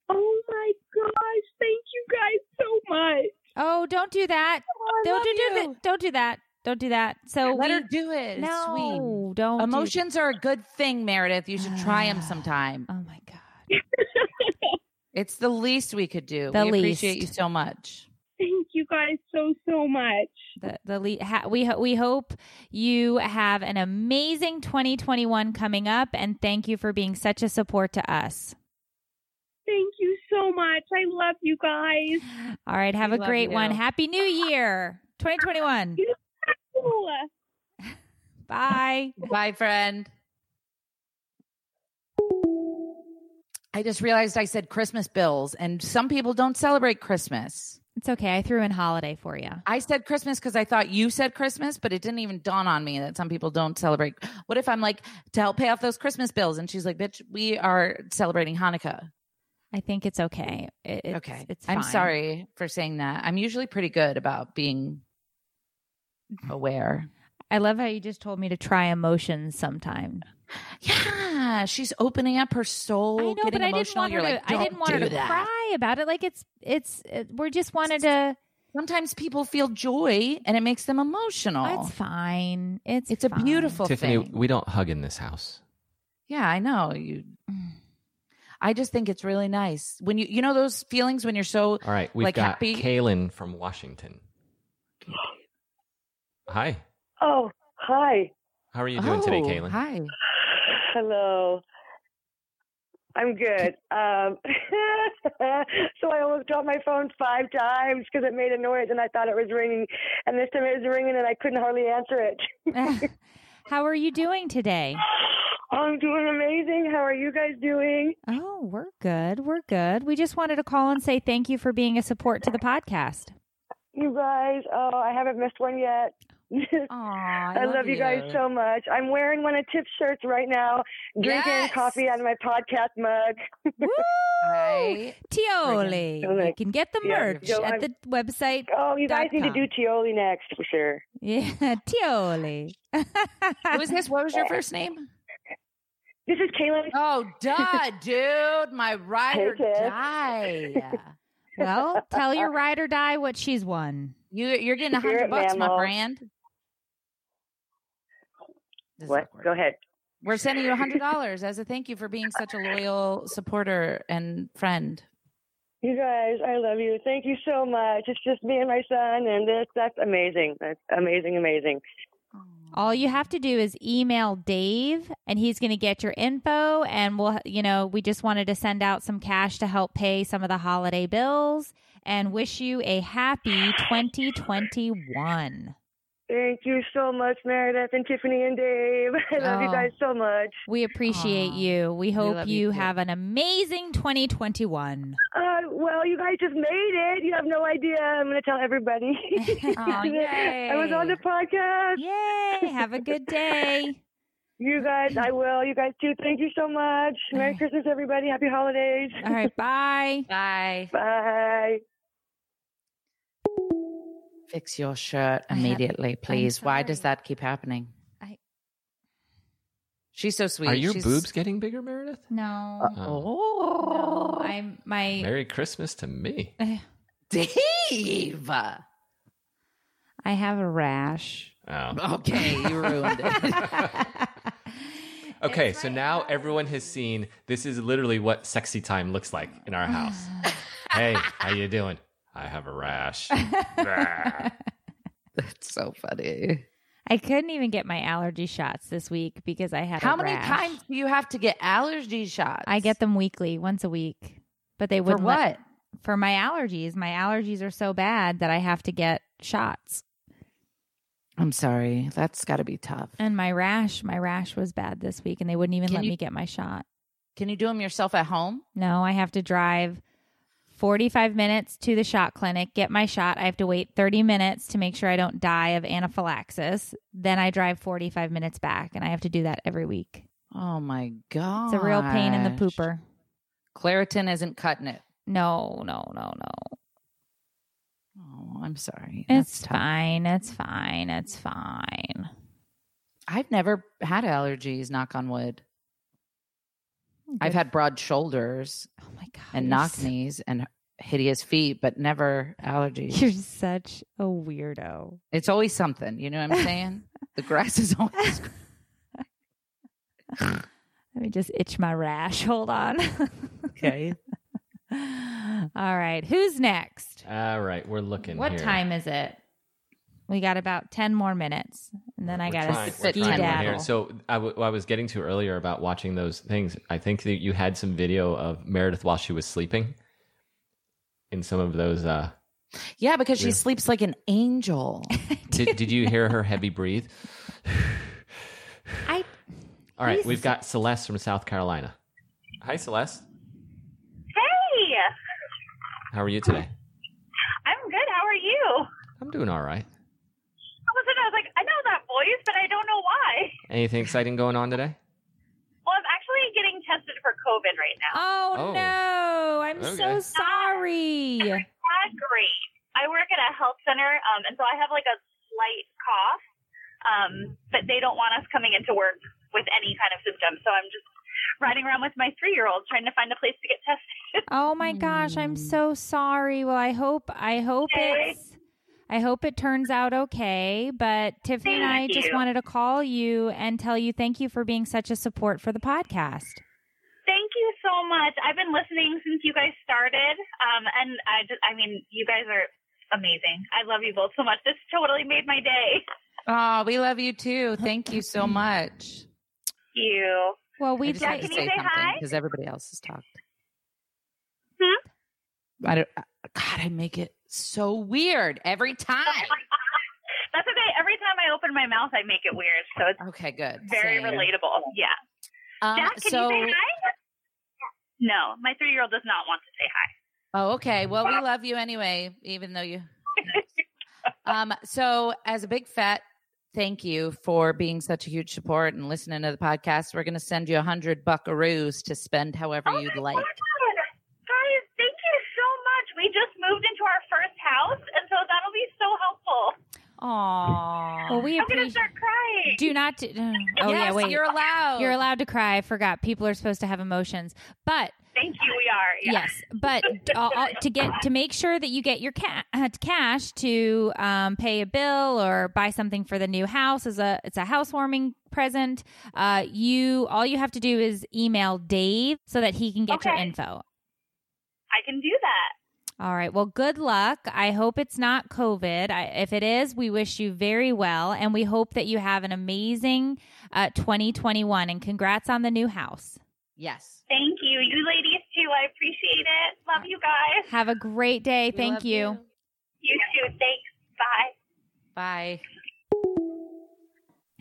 Speaker 11: Oh my gosh. Thank you guys so much.
Speaker 1: Oh, don't do that.
Speaker 2: I
Speaker 1: Don't
Speaker 2: love
Speaker 1: do, do
Speaker 2: you.
Speaker 1: that. Don't do that. Don't do that. So,
Speaker 2: Let
Speaker 1: we-
Speaker 2: her do it. It's sweet.
Speaker 1: no, don't. do-
Speaker 2: Emotions are a good thing, Meredith. You should try
Speaker 1: [sighs]
Speaker 2: them sometime.
Speaker 1: oh, my God.
Speaker 11: [laughs]
Speaker 2: It's the least we could do.
Speaker 1: The
Speaker 2: we appreciate you
Speaker 1: least.
Speaker 2: so much.
Speaker 11: Thank you guys so, so much.
Speaker 1: the the le- ha- we ho- we hope you have an amazing 2021 coming up and thank you for being such a support to
Speaker 11: [laughs]
Speaker 1: us.
Speaker 11: [laughs] Thank you so much. I love you guys.
Speaker 1: All right, have
Speaker 2: We
Speaker 1: a
Speaker 2: love
Speaker 1: great one.
Speaker 2: you.
Speaker 1: Happy New Year 2021.
Speaker 11: Ooh.
Speaker 1: Bye.
Speaker 2: [laughs] Bye, friend. I just realized I said Christmas bills, and some people don't celebrate Christmas.
Speaker 1: It's okay. I threw in holiday for you.
Speaker 2: I said Christmas because I thought you said Christmas, but it didn't even dawn on me that some people don't celebrate. What if I'm like, to help pay off those Christmas bills? And she's like, bitch, we are celebrating Hanukkah.
Speaker 1: I think it's okay. It- it's,
Speaker 2: okay.
Speaker 1: It's
Speaker 2: I'm
Speaker 1: fine.
Speaker 2: sorry for saying that. I'm usually pretty good about being aware.
Speaker 1: I love how you just told me to try emotions sometime.
Speaker 2: Yeah, she's opening up her soul.
Speaker 1: I know,
Speaker 2: getting
Speaker 1: but I didn't
Speaker 2: emotional.
Speaker 1: want her
Speaker 2: You're
Speaker 1: to
Speaker 2: like,
Speaker 1: I didn't
Speaker 2: "Don't
Speaker 1: want her
Speaker 2: do
Speaker 1: to
Speaker 2: that."
Speaker 1: cry about it like it's it's it, we're just wanted to
Speaker 2: Sometimes people feel joy and it makes them emotional.
Speaker 1: it's fine. It's
Speaker 2: It's a
Speaker 1: fine.
Speaker 2: beautiful
Speaker 4: Tiffany,
Speaker 2: thing.
Speaker 4: we don't hug in this house.
Speaker 2: yeah, I know. You
Speaker 1: Mm.
Speaker 2: I just think it's really nice. When you you know those feelings when you're so
Speaker 4: All right, we've
Speaker 2: Like
Speaker 4: got
Speaker 2: happy-
Speaker 4: Kaylin from Washington. Hi,
Speaker 7: Oh, hi.
Speaker 4: how are you doing today,
Speaker 2: Oh,
Speaker 4: Kaylin?
Speaker 2: Hi.
Speaker 7: Hello. I'm good. Um, [laughs] so I almost dropped my phone five times because it made a noise and I thought it was ringing. And this time it was ringing and I couldn't hardly answer it.
Speaker 1: [laughs] How are you doing today?
Speaker 7: I'm doing amazing. How are you guys doing?
Speaker 1: Oh, we're good. We're good. We just wanted to call and say thank you for being a support to the podcast.
Speaker 7: You guys, oh, I haven't missed one yet. [laughs]
Speaker 2: Aw,
Speaker 7: I, love, you guys so much. I'm wearing one of Tiff's shirts right now, drinking
Speaker 2: Yes.
Speaker 7: coffee on my podcast mug.
Speaker 1: Woo!
Speaker 2: Right?
Speaker 1: Tioli.
Speaker 7: Friggin'
Speaker 1: You can get the
Speaker 7: [laughs] Yeah,
Speaker 1: merch
Speaker 7: yo,
Speaker 1: at
Speaker 7: I'm-
Speaker 1: the website.
Speaker 7: Oh, you guys need to
Speaker 1: Dot com.
Speaker 7: do Tioli next for sure.
Speaker 1: Yeah, [laughs] Tioli.
Speaker 2: Who is this? What was your first name?
Speaker 7: This is Kaylin.
Speaker 2: Oh,
Speaker 7: [laughs]
Speaker 2: duh, dude. My ride or
Speaker 7: Tiff. [laughs]
Speaker 2: die.
Speaker 1: well, tell your ride or die what she's won.
Speaker 2: You you're getting a
Speaker 7: Spirit
Speaker 2: hundred bucks, my
Speaker 7: mammal.
Speaker 2: brand. This is
Speaker 7: What?
Speaker 2: awkward.
Speaker 7: Go ahead.
Speaker 2: We're sending you a hundred dollars as a thank you for being such a loyal supporter and friend.
Speaker 7: You guys, I love you. Thank you so much. It's just me and my son, and this, that's amazing. That's amazing, amazing.
Speaker 1: All you have to do is email Dave and he's going to get your info and we'll you know, we just wanted to send out some cash to help pay some of the holiday bills and wish you a happy 2021.
Speaker 7: Thank you so much, Meredith and Tiffany and Dave. [laughs] I love you
Speaker 1: Oh.
Speaker 7: guys so much.
Speaker 1: We appreciate you. We hope
Speaker 2: love you
Speaker 1: you,
Speaker 2: too.
Speaker 1: have an amazing 2021.
Speaker 7: Uh, well, you guys just made it. You have no idea. I'm going to tell everybody.
Speaker 1: [laughs] Aw,
Speaker 7: [laughs] I was on
Speaker 1: yay.
Speaker 7: the podcast.
Speaker 1: Yay! Have a good day.
Speaker 7: [laughs] You guys, I will. You guys too. Thank you so much. Merry
Speaker 1: right.
Speaker 7: Christmas, everybody. Happy holidays.
Speaker 1: All right, bye.
Speaker 2: Bye.
Speaker 7: Bye.
Speaker 2: Fix your shirt
Speaker 1: I have-
Speaker 2: immediately, please. Why does
Speaker 1: sorry.
Speaker 2: that keep happening?
Speaker 1: I-
Speaker 2: She's so sweet.
Speaker 4: Are your
Speaker 2: She's-
Speaker 4: boobs getting bigger, Meredith?
Speaker 1: No,
Speaker 2: Oh,
Speaker 1: no, I'm my.
Speaker 4: Merry Christmas to me.
Speaker 2: Dave.
Speaker 1: I have a rash.
Speaker 4: Oh.
Speaker 2: Okay, you ruined it.
Speaker 1: [laughs]
Speaker 4: Okay, so now everyone has seen this is literally what sexy time looks like in our
Speaker 1: [sighs]
Speaker 4: house. hey, how you doing? I have a
Speaker 1: [laughs]
Speaker 4: rash.
Speaker 2: That's so funny.
Speaker 1: I couldn't even get my allergy shots this week because I had.
Speaker 2: How
Speaker 1: a
Speaker 2: many
Speaker 1: rash.
Speaker 2: times do you have to get allergy shots?
Speaker 1: I get them weekly, once a week, but they
Speaker 2: for
Speaker 1: wouldn't let-
Speaker 2: what?
Speaker 1: for my allergies. My allergies are so bad that I have to get shots.
Speaker 2: I'm sorry. That's got to be tough.
Speaker 1: And my rash, my rash was bad this week, and they wouldn't even
Speaker 2: Can
Speaker 1: let
Speaker 2: you-
Speaker 1: me get my shot.
Speaker 2: Can you do them yourself at home?
Speaker 1: No, I have to drive 45 minutes to the shot clinic, get my shot. I have to wait 30 minutes to make sure I don't die of anaphylaxis. Then I drive 45 minutes back, and I have to do that every week.
Speaker 2: Oh my god.
Speaker 1: It's a real pain in the pooper.
Speaker 2: Claritin isn't cutting it.
Speaker 1: No, no, no, no.
Speaker 2: Oh, I'm sorry.
Speaker 1: It's
Speaker 2: That's tough.
Speaker 1: fine. It's fine. It's fine.
Speaker 2: I've never had allergies, knock on wood. I've
Speaker 1: Good-
Speaker 2: had broad shoulders
Speaker 1: oh my god,
Speaker 2: and
Speaker 1: you're
Speaker 2: knock
Speaker 1: s-
Speaker 2: knees and hideous feet, but never allergies.
Speaker 1: [laughs] You're such a weirdo.
Speaker 2: It's always something, you know what I'm saying?
Speaker 1: [laughs]
Speaker 2: the grass is always
Speaker 1: Let me just itch my rash. [laughs] Hold on.
Speaker 2: okay.
Speaker 1: [laughs] All right. Who's next?
Speaker 4: All right, we're looking.
Speaker 1: What
Speaker 4: here.
Speaker 1: time is it? We got about 10 more minutes and then I
Speaker 4: We're
Speaker 1: got
Speaker 4: trying-
Speaker 1: to
Speaker 4: we're
Speaker 1: ski
Speaker 4: trying right here.
Speaker 1: daddle.
Speaker 4: So I, w- I was getting to earlier about watching those things. I think that you had some video of Meredith while she was sleeping in some of those. Uh,
Speaker 2: Yeah, because she
Speaker 4: Yeah.
Speaker 2: sleeps like an
Speaker 1: [laughs]
Speaker 2: angel. [laughs]
Speaker 4: did, did you hear her heavy breathe?
Speaker 1: I
Speaker 4: All right,
Speaker 1: He's-
Speaker 4: we've got Celeste from South Carolina. Hi, Celeste.
Speaker 5: Hey,
Speaker 4: How are you today?
Speaker 5: I'm good. How are you?
Speaker 4: I'm doing all right.
Speaker 5: I was, I was like, I know that voice, but I don't know why.
Speaker 4: Anything exciting going on today?
Speaker 5: Well, I'm actually getting tested for COVID right now.
Speaker 1: Oh,
Speaker 4: Oh.
Speaker 1: no. I'm so
Speaker 4: Okay.
Speaker 1: sorry.
Speaker 5: Not great. I work at a health center, um, and so I have like a slight cough, um, but they don't want us coming into work with any kind of symptom. So I'm just riding around with my three year old trying to find a place to get tested.
Speaker 1: Oh my gosh, I'm so sorry. Well, I hope I hope
Speaker 5: Okay.
Speaker 1: it's I hope it turns out okay, but Tiffany and I
Speaker 5: Thank
Speaker 1: just
Speaker 5: you.
Speaker 1: wanted to call you and tell you thank you for being such a support for the podcast.
Speaker 5: Thank you so much. I've been listening since you guys started, um, and I just, I mean, you guys are amazing. I love you both so much. This totally made my day.
Speaker 2: Oh, we love you too. Thank you so much.
Speaker 5: Thank you.
Speaker 1: Well,
Speaker 2: We
Speaker 1: we'd
Speaker 2: just had
Speaker 1: like
Speaker 2: to
Speaker 5: Can you
Speaker 2: say
Speaker 5: say
Speaker 2: something
Speaker 5: hi?
Speaker 2: because everybody else has talked.
Speaker 5: Hmm?
Speaker 2: I don't, I- God, I make it so weird every
Speaker 5: Oh
Speaker 2: time.
Speaker 5: That's okay. Every time I open my mouth, I make it weird, so it's
Speaker 2: Okay, good.
Speaker 5: very
Speaker 2: Same.
Speaker 5: relatable. Yeah.
Speaker 2: Um,
Speaker 5: Jack, can
Speaker 2: so,
Speaker 5: you say hi? No, my three-year-old does not want to say hi.
Speaker 2: oh, okay. Well, we love you anyway, even though
Speaker 5: [laughs]
Speaker 2: you. um, so, as a big fat thank you for being such a huge support and listening to the podcast, we're going to send you a hundred buckaroos to spend however
Speaker 5: Oh
Speaker 2: you'd
Speaker 5: my
Speaker 2: like.
Speaker 5: God. Guys, thank you so much. We just moved into our first house, and so that'll be so helpful.
Speaker 1: Aww. Well, we
Speaker 5: I'm gonna
Speaker 1: appreciate
Speaker 5: start crying.
Speaker 1: Do not do- Oh yeah,
Speaker 2: Yes,
Speaker 1: wait.
Speaker 2: You're allowed.
Speaker 1: You're allowed to cry. I forgot. People are supposed to have emotions. But
Speaker 5: Thank you. We are. Yeah.
Speaker 1: yes, but uh, uh, to get to make sure that you get your ca- uh, cash to um, pay a bill or buy something for the new house as a it's a housewarming present. Uh, you all you have to do is email Dave so that he can get your
Speaker 5: Okay.
Speaker 1: info.
Speaker 5: I can do that.
Speaker 1: All right. Well, good luck. I hope it's not COVID. I, if it is, we wish you very well, and we hope that you have an amazing uh, 2021. And congrats on the new house.
Speaker 2: yes.
Speaker 5: Thank you. You ladies too. I appreciate it. Love you guys.
Speaker 1: Have a great day.
Speaker 2: We
Speaker 1: Thank
Speaker 2: love
Speaker 1: you.
Speaker 5: You too. Thanks. Bye.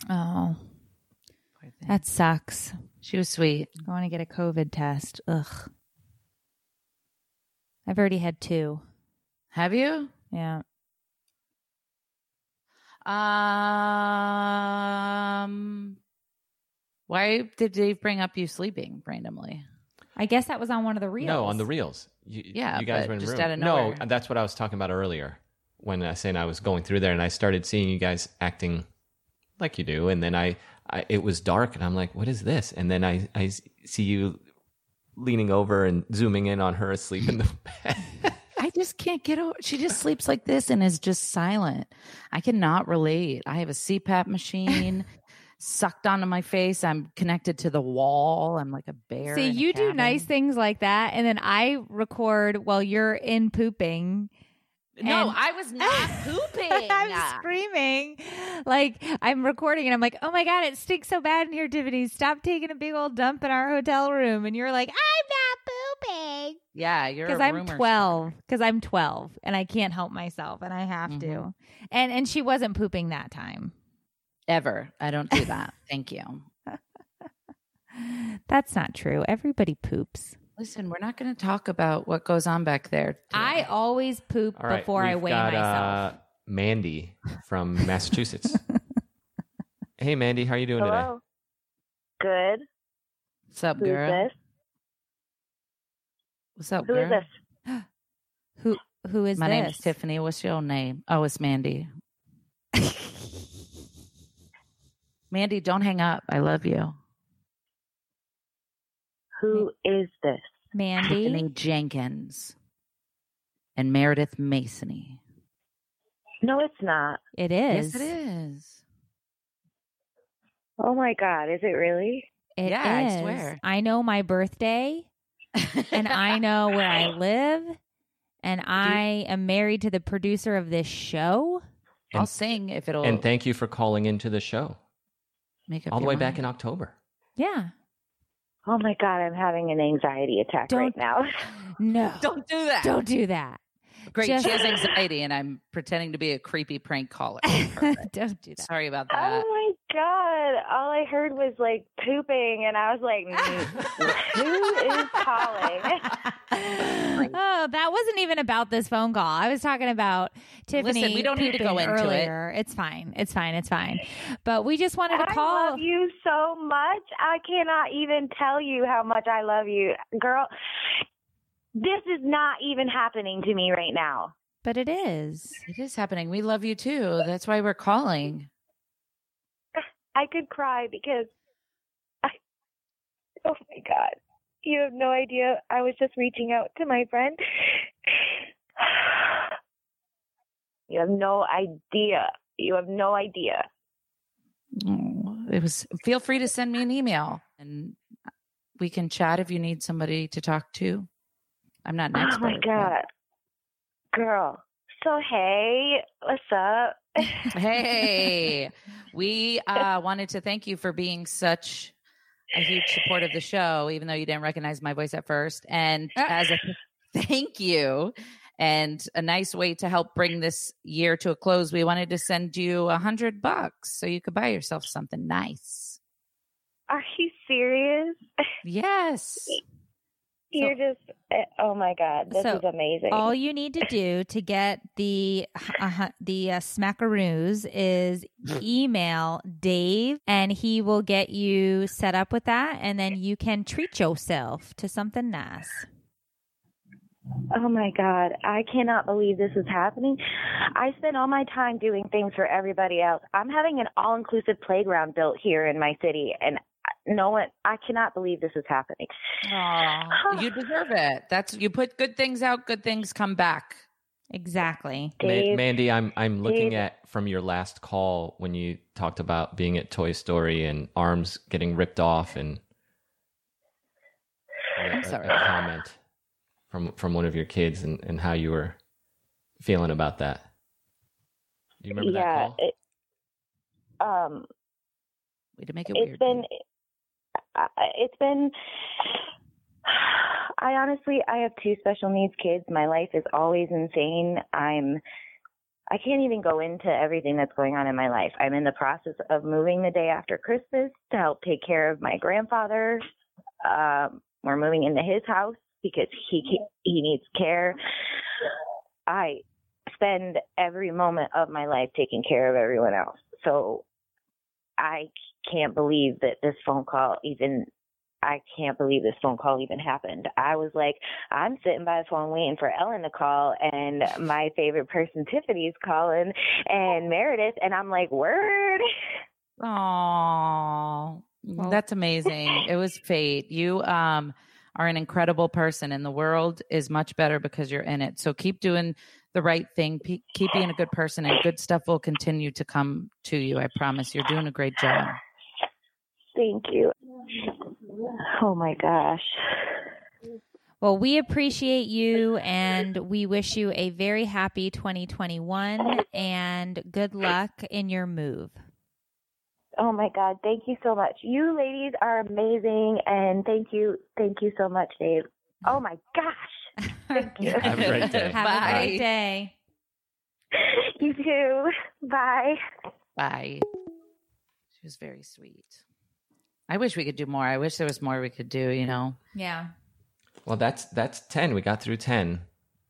Speaker 2: Bye.
Speaker 1: Oh, that sucks.
Speaker 2: She was sweet.
Speaker 1: I want to get a COVID test. Ugh. I've already had two.
Speaker 2: Have you?
Speaker 1: Yeah.
Speaker 2: Um, why did Dave bring up you sleeping randomly?
Speaker 1: I guess that was on one of the reels.
Speaker 4: No, on the reels. You,
Speaker 2: Yeah,
Speaker 4: you guys
Speaker 2: but
Speaker 4: were in
Speaker 2: just
Speaker 4: room.
Speaker 2: out of
Speaker 4: no,
Speaker 2: nowhere.
Speaker 4: that's what I was talking about earlier when I saying I was going through there and I started seeing you guys acting like you do, and then I, I it was dark and I'm like, what is this? And then I I s- see you leaning over and zooming in on her asleep
Speaker 2: [laughs]
Speaker 4: in the bed.
Speaker 2: I just can't get over. She just sleeps like this and is just silent. I cannot relate. I have a CPAP
Speaker 1: [laughs]
Speaker 2: machine sucked onto my face. I'm connected to the wall. I'm like a bear.
Speaker 1: See,
Speaker 2: in a
Speaker 1: you do
Speaker 2: cabin.
Speaker 1: nice things like that, and then I record while you're in pooping.
Speaker 2: No,
Speaker 1: and-
Speaker 2: I was
Speaker 1: [laughs]
Speaker 2: not pooping.
Speaker 1: I'm screaming. Like I'm recording and I'm like, oh my God, it stinks so bad in here, Tiffany. Stop taking a big old dump in our hotel room. And you're like, I'm not pooping.
Speaker 2: yeah, you're
Speaker 1: Because
Speaker 2: a
Speaker 1: I'm
Speaker 2: rumor
Speaker 1: 12. Because I'm 12 and I can't help myself and I have to.
Speaker 2: Mhm.
Speaker 1: And and she wasn't pooping that time.
Speaker 2: ever. I don't do that. Thank you.
Speaker 1: That's not true. Everybody poops.
Speaker 2: Listen, we're not going to talk about what goes on back there.
Speaker 1: I
Speaker 2: today.
Speaker 1: always poop
Speaker 4: All right,
Speaker 1: before I
Speaker 4: we've
Speaker 1: weigh
Speaker 4: got,
Speaker 1: myself.
Speaker 4: uh, Mandy from
Speaker 2: [laughs]
Speaker 4: Massachusetts. hey, Mandy, how are you doing today?
Speaker 12: Hello. Good.
Speaker 2: What's up,
Speaker 12: Who's
Speaker 2: girl?
Speaker 12: this?
Speaker 2: What's up,
Speaker 12: Who
Speaker 2: girl?
Speaker 12: is this?
Speaker 5: [gasps] [laughs]
Speaker 1: who who is
Speaker 2: My
Speaker 1: this?
Speaker 2: name's Tiffany. What's your name? Oh, it's
Speaker 1: [laughs]
Speaker 2: Mandy. Mandy, don't hang up. I love you.
Speaker 12: Who is this?
Speaker 1: Mandy.
Speaker 2: Tiffany Jenkins and Meredith Masony.
Speaker 12: No, it's not.
Speaker 1: It is.
Speaker 2: Yes, it is.
Speaker 12: Oh my God, is it really?
Speaker 1: It
Speaker 2: Yeah, I
Speaker 1: is.
Speaker 2: swear.
Speaker 1: I know my
Speaker 2: [laughs]
Speaker 1: birthday and I know where I live and I am married to the producer of this show.
Speaker 2: I'll
Speaker 4: And-
Speaker 2: sing if it'll
Speaker 4: And thank you for calling into the show
Speaker 2: make up
Speaker 4: all the
Speaker 2: your
Speaker 4: way back in
Speaker 2: mind.
Speaker 4: October.
Speaker 1: Yeah.
Speaker 12: Oh my God, I'm having an anxiety attack
Speaker 1: Don't-
Speaker 12: right now. [laughs]
Speaker 1: No.
Speaker 2: Don't do that.
Speaker 1: Don't do that.
Speaker 2: Great.
Speaker 1: just-
Speaker 2: She has anxiety, and I'm pretending to be a creepy prank
Speaker 1: [laughs]
Speaker 2: caller. Perfect.
Speaker 1: Don't do that.
Speaker 2: Sorry about that.
Speaker 12: Oh my God, all I heard was like pooping, and I was like,
Speaker 2: [laughs]
Speaker 12: who is calling?
Speaker 1: oh, that wasn't even about this phone call. I was talking about Tiffany.
Speaker 2: Listen, we don't need to go
Speaker 1: pooping
Speaker 2: into it.
Speaker 1: earlier. It's fine. It's fine. It's fine. But we just wanted to
Speaker 12: I
Speaker 1: call.
Speaker 12: love you so much. I cannot even tell you how much I love you. Girl, this is not even happening to me right now.
Speaker 1: But it is.
Speaker 2: It is happening. We love you too. That's why we're calling.
Speaker 12: I could cry because I Oh my god. You have no idea. I was just reaching out to my friend. [sighs] You have no idea. You have no idea.
Speaker 2: Oh, It was. Feel free to send me an email, and we can chat if you need somebody to talk to. I'm not an
Speaker 12: Oh
Speaker 2: expert.
Speaker 12: my
Speaker 2: but-
Speaker 12: god. Girl. So hey, what's up?
Speaker 2: Hey, we uh, wanted to thank you for being such a huge support of the show, even though you didn't recognize my voice at first. And as a thank you and a nice way to help bring this year to a close, we wanted to send you a hundred bucks so you could buy yourself something nice.
Speaker 12: Are you serious? [laughs]
Speaker 2: Yes.
Speaker 12: You're just eh, oh my god, this
Speaker 1: So,
Speaker 12: is amazing.
Speaker 1: All you need to do to get the uh, hu- the uh, smackaroos is email Dave, and he will get you set up with that, and then you can treat yourself to something nice.
Speaker 12: Oh my God. I cannot believe this is happening. I spend all my time doing things for everybody else. I'm having an all inclusive playground built here in my city, and uh, no one, I cannot believe this is happening.
Speaker 2: Aw, you deserve it. That's you put good things out, good things come back.
Speaker 1: Exactly.
Speaker 4: Ma-
Speaker 12: Dave,
Speaker 4: Mandy, I'm I'm looking
Speaker 12: Dave.
Speaker 4: at from your last call when you talked about being at Toy Story and arms getting ripped off and
Speaker 2: I'm
Speaker 4: a-
Speaker 2: sorry.
Speaker 4: a comment from from one of your kids and, and how you were feeling about that. Do you remember that
Speaker 12: yeah.
Speaker 4: call?
Speaker 12: It, um,
Speaker 2: Way to make it
Speaker 12: it's
Speaker 2: weird.
Speaker 12: been, eh,
Speaker 2: babe.
Speaker 12: I- I- it's been, I honestly, I have two special needs kids. My life is always insane. I'm I can't even go into everything that's going on in my life. I'm in the process of moving the day after Christmas to help take care of my grandfather. Um, we're moving into his house because he ca- he needs care.
Speaker 2: [laughs]
Speaker 12: I spend every moment of my life taking care of everyone else. So I can't believe that this phone call even I can't believe this phone call even happened. I was like, I'm sitting by the phone waiting for Ellen to call, and my favorite person, Tiffany's calling, and Meredith, and I'm like, word.
Speaker 2: Aww. mm, That's amazing. it was fate. You um are an incredible person and the world is much better because you're in it. So keep doing the right thing. Pe- keep being a good person and good stuff will continue to come to you. I promise. You're doing a great job.
Speaker 12: Thank you. Oh my gosh.
Speaker 1: Well, we appreciate you and we wish you a very happy 2021 and good luck in your move.
Speaker 12: Oh my God. Thank you so much. You ladies are amazing, and thank you. Thank you so much, Dave. Oh my gosh. Thank you.
Speaker 4: Have a
Speaker 2: [laughs]
Speaker 4: great day.
Speaker 1: Have a great day.
Speaker 12: You too. Bye.
Speaker 2: Bye. She was very sweet. I wish we could do more. I wish there was more we could do, you know.
Speaker 1: Yeah.
Speaker 4: Well, that's that's ten. We got through ten.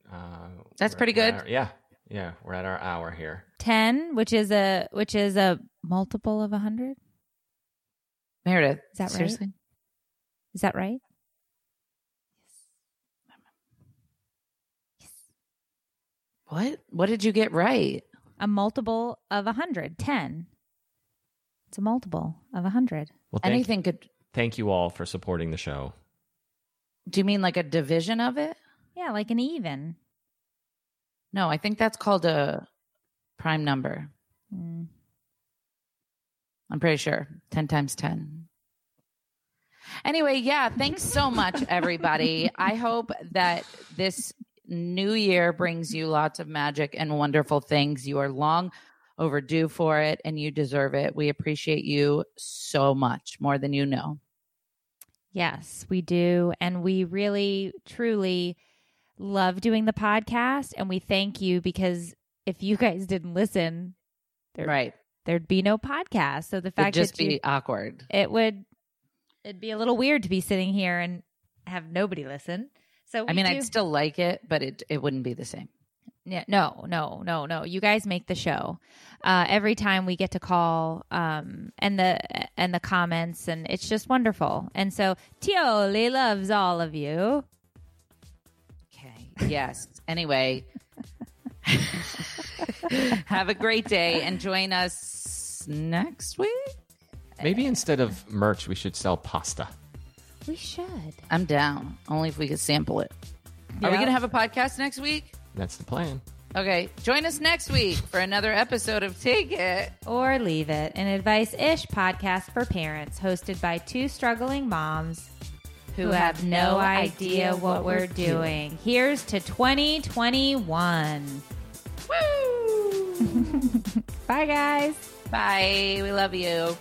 Speaker 4: Uh,
Speaker 2: That's
Speaker 4: we're-
Speaker 2: pretty
Speaker 4: we're
Speaker 2: good.
Speaker 4: at our- yeah, yeah. We're at our hour here.
Speaker 1: 10, which is a which is a multiple of 100?
Speaker 2: Meredith.
Speaker 1: Is that right?
Speaker 2: seriously?
Speaker 1: Is that right?
Speaker 2: What? What did you get right?
Speaker 1: A multiple of 100, 10. It's a multiple of 100.
Speaker 4: Well, thank,
Speaker 2: Anything could
Speaker 4: thank you all for supporting the show.
Speaker 2: do you mean like a division of it?
Speaker 1: Yeah, like an even.
Speaker 2: No, I think that's called a prime number.
Speaker 1: Mm.
Speaker 2: I'm pretty sure. 10 times 10. Anyway, yeah, thanks so much, everybody. I hope that this new year brings you lots of magic and wonderful things. You are long overdue for it and you deserve it. We appreciate you so much, more than you know.
Speaker 1: Yes, we do. And we really, truly love doing the podcast. And we thank you because if you guys didn't listen, There-
Speaker 2: Right.
Speaker 1: there'd be no podcast. So the
Speaker 2: It'd
Speaker 1: fact
Speaker 2: just
Speaker 1: that you,
Speaker 2: be awkward.
Speaker 1: it would it'd be a little weird to be sitting here and have nobody listen. So we
Speaker 2: I mean,
Speaker 1: do,
Speaker 2: I'd still like it, but it, it wouldn't be the same.
Speaker 1: Yeah, no, no, no, no. You guys make the show. Uh, every time we get to call, um, and the and the comments, and it's just wonderful. And so Tioli E loves all of you.
Speaker 2: Okay. Yes. [laughs] Anyway, have a great day and join us next week.
Speaker 4: Maybe instead of merch, we should sell pasta.
Speaker 1: We should.
Speaker 2: I'm down. Only if we could sample it. Are we
Speaker 1: Yeah.
Speaker 2: going to have a podcast next week?
Speaker 4: That's the plan.
Speaker 2: Okay. Join us next week for another episode of Take It.
Speaker 1: Or Leave It, an advice ish podcast for parents hosted by two struggling moms who have no idea what we're doing. Here's to 2021.
Speaker 2: Woo!
Speaker 1: [laughs] Bye, guys.
Speaker 2: Bye. We love you.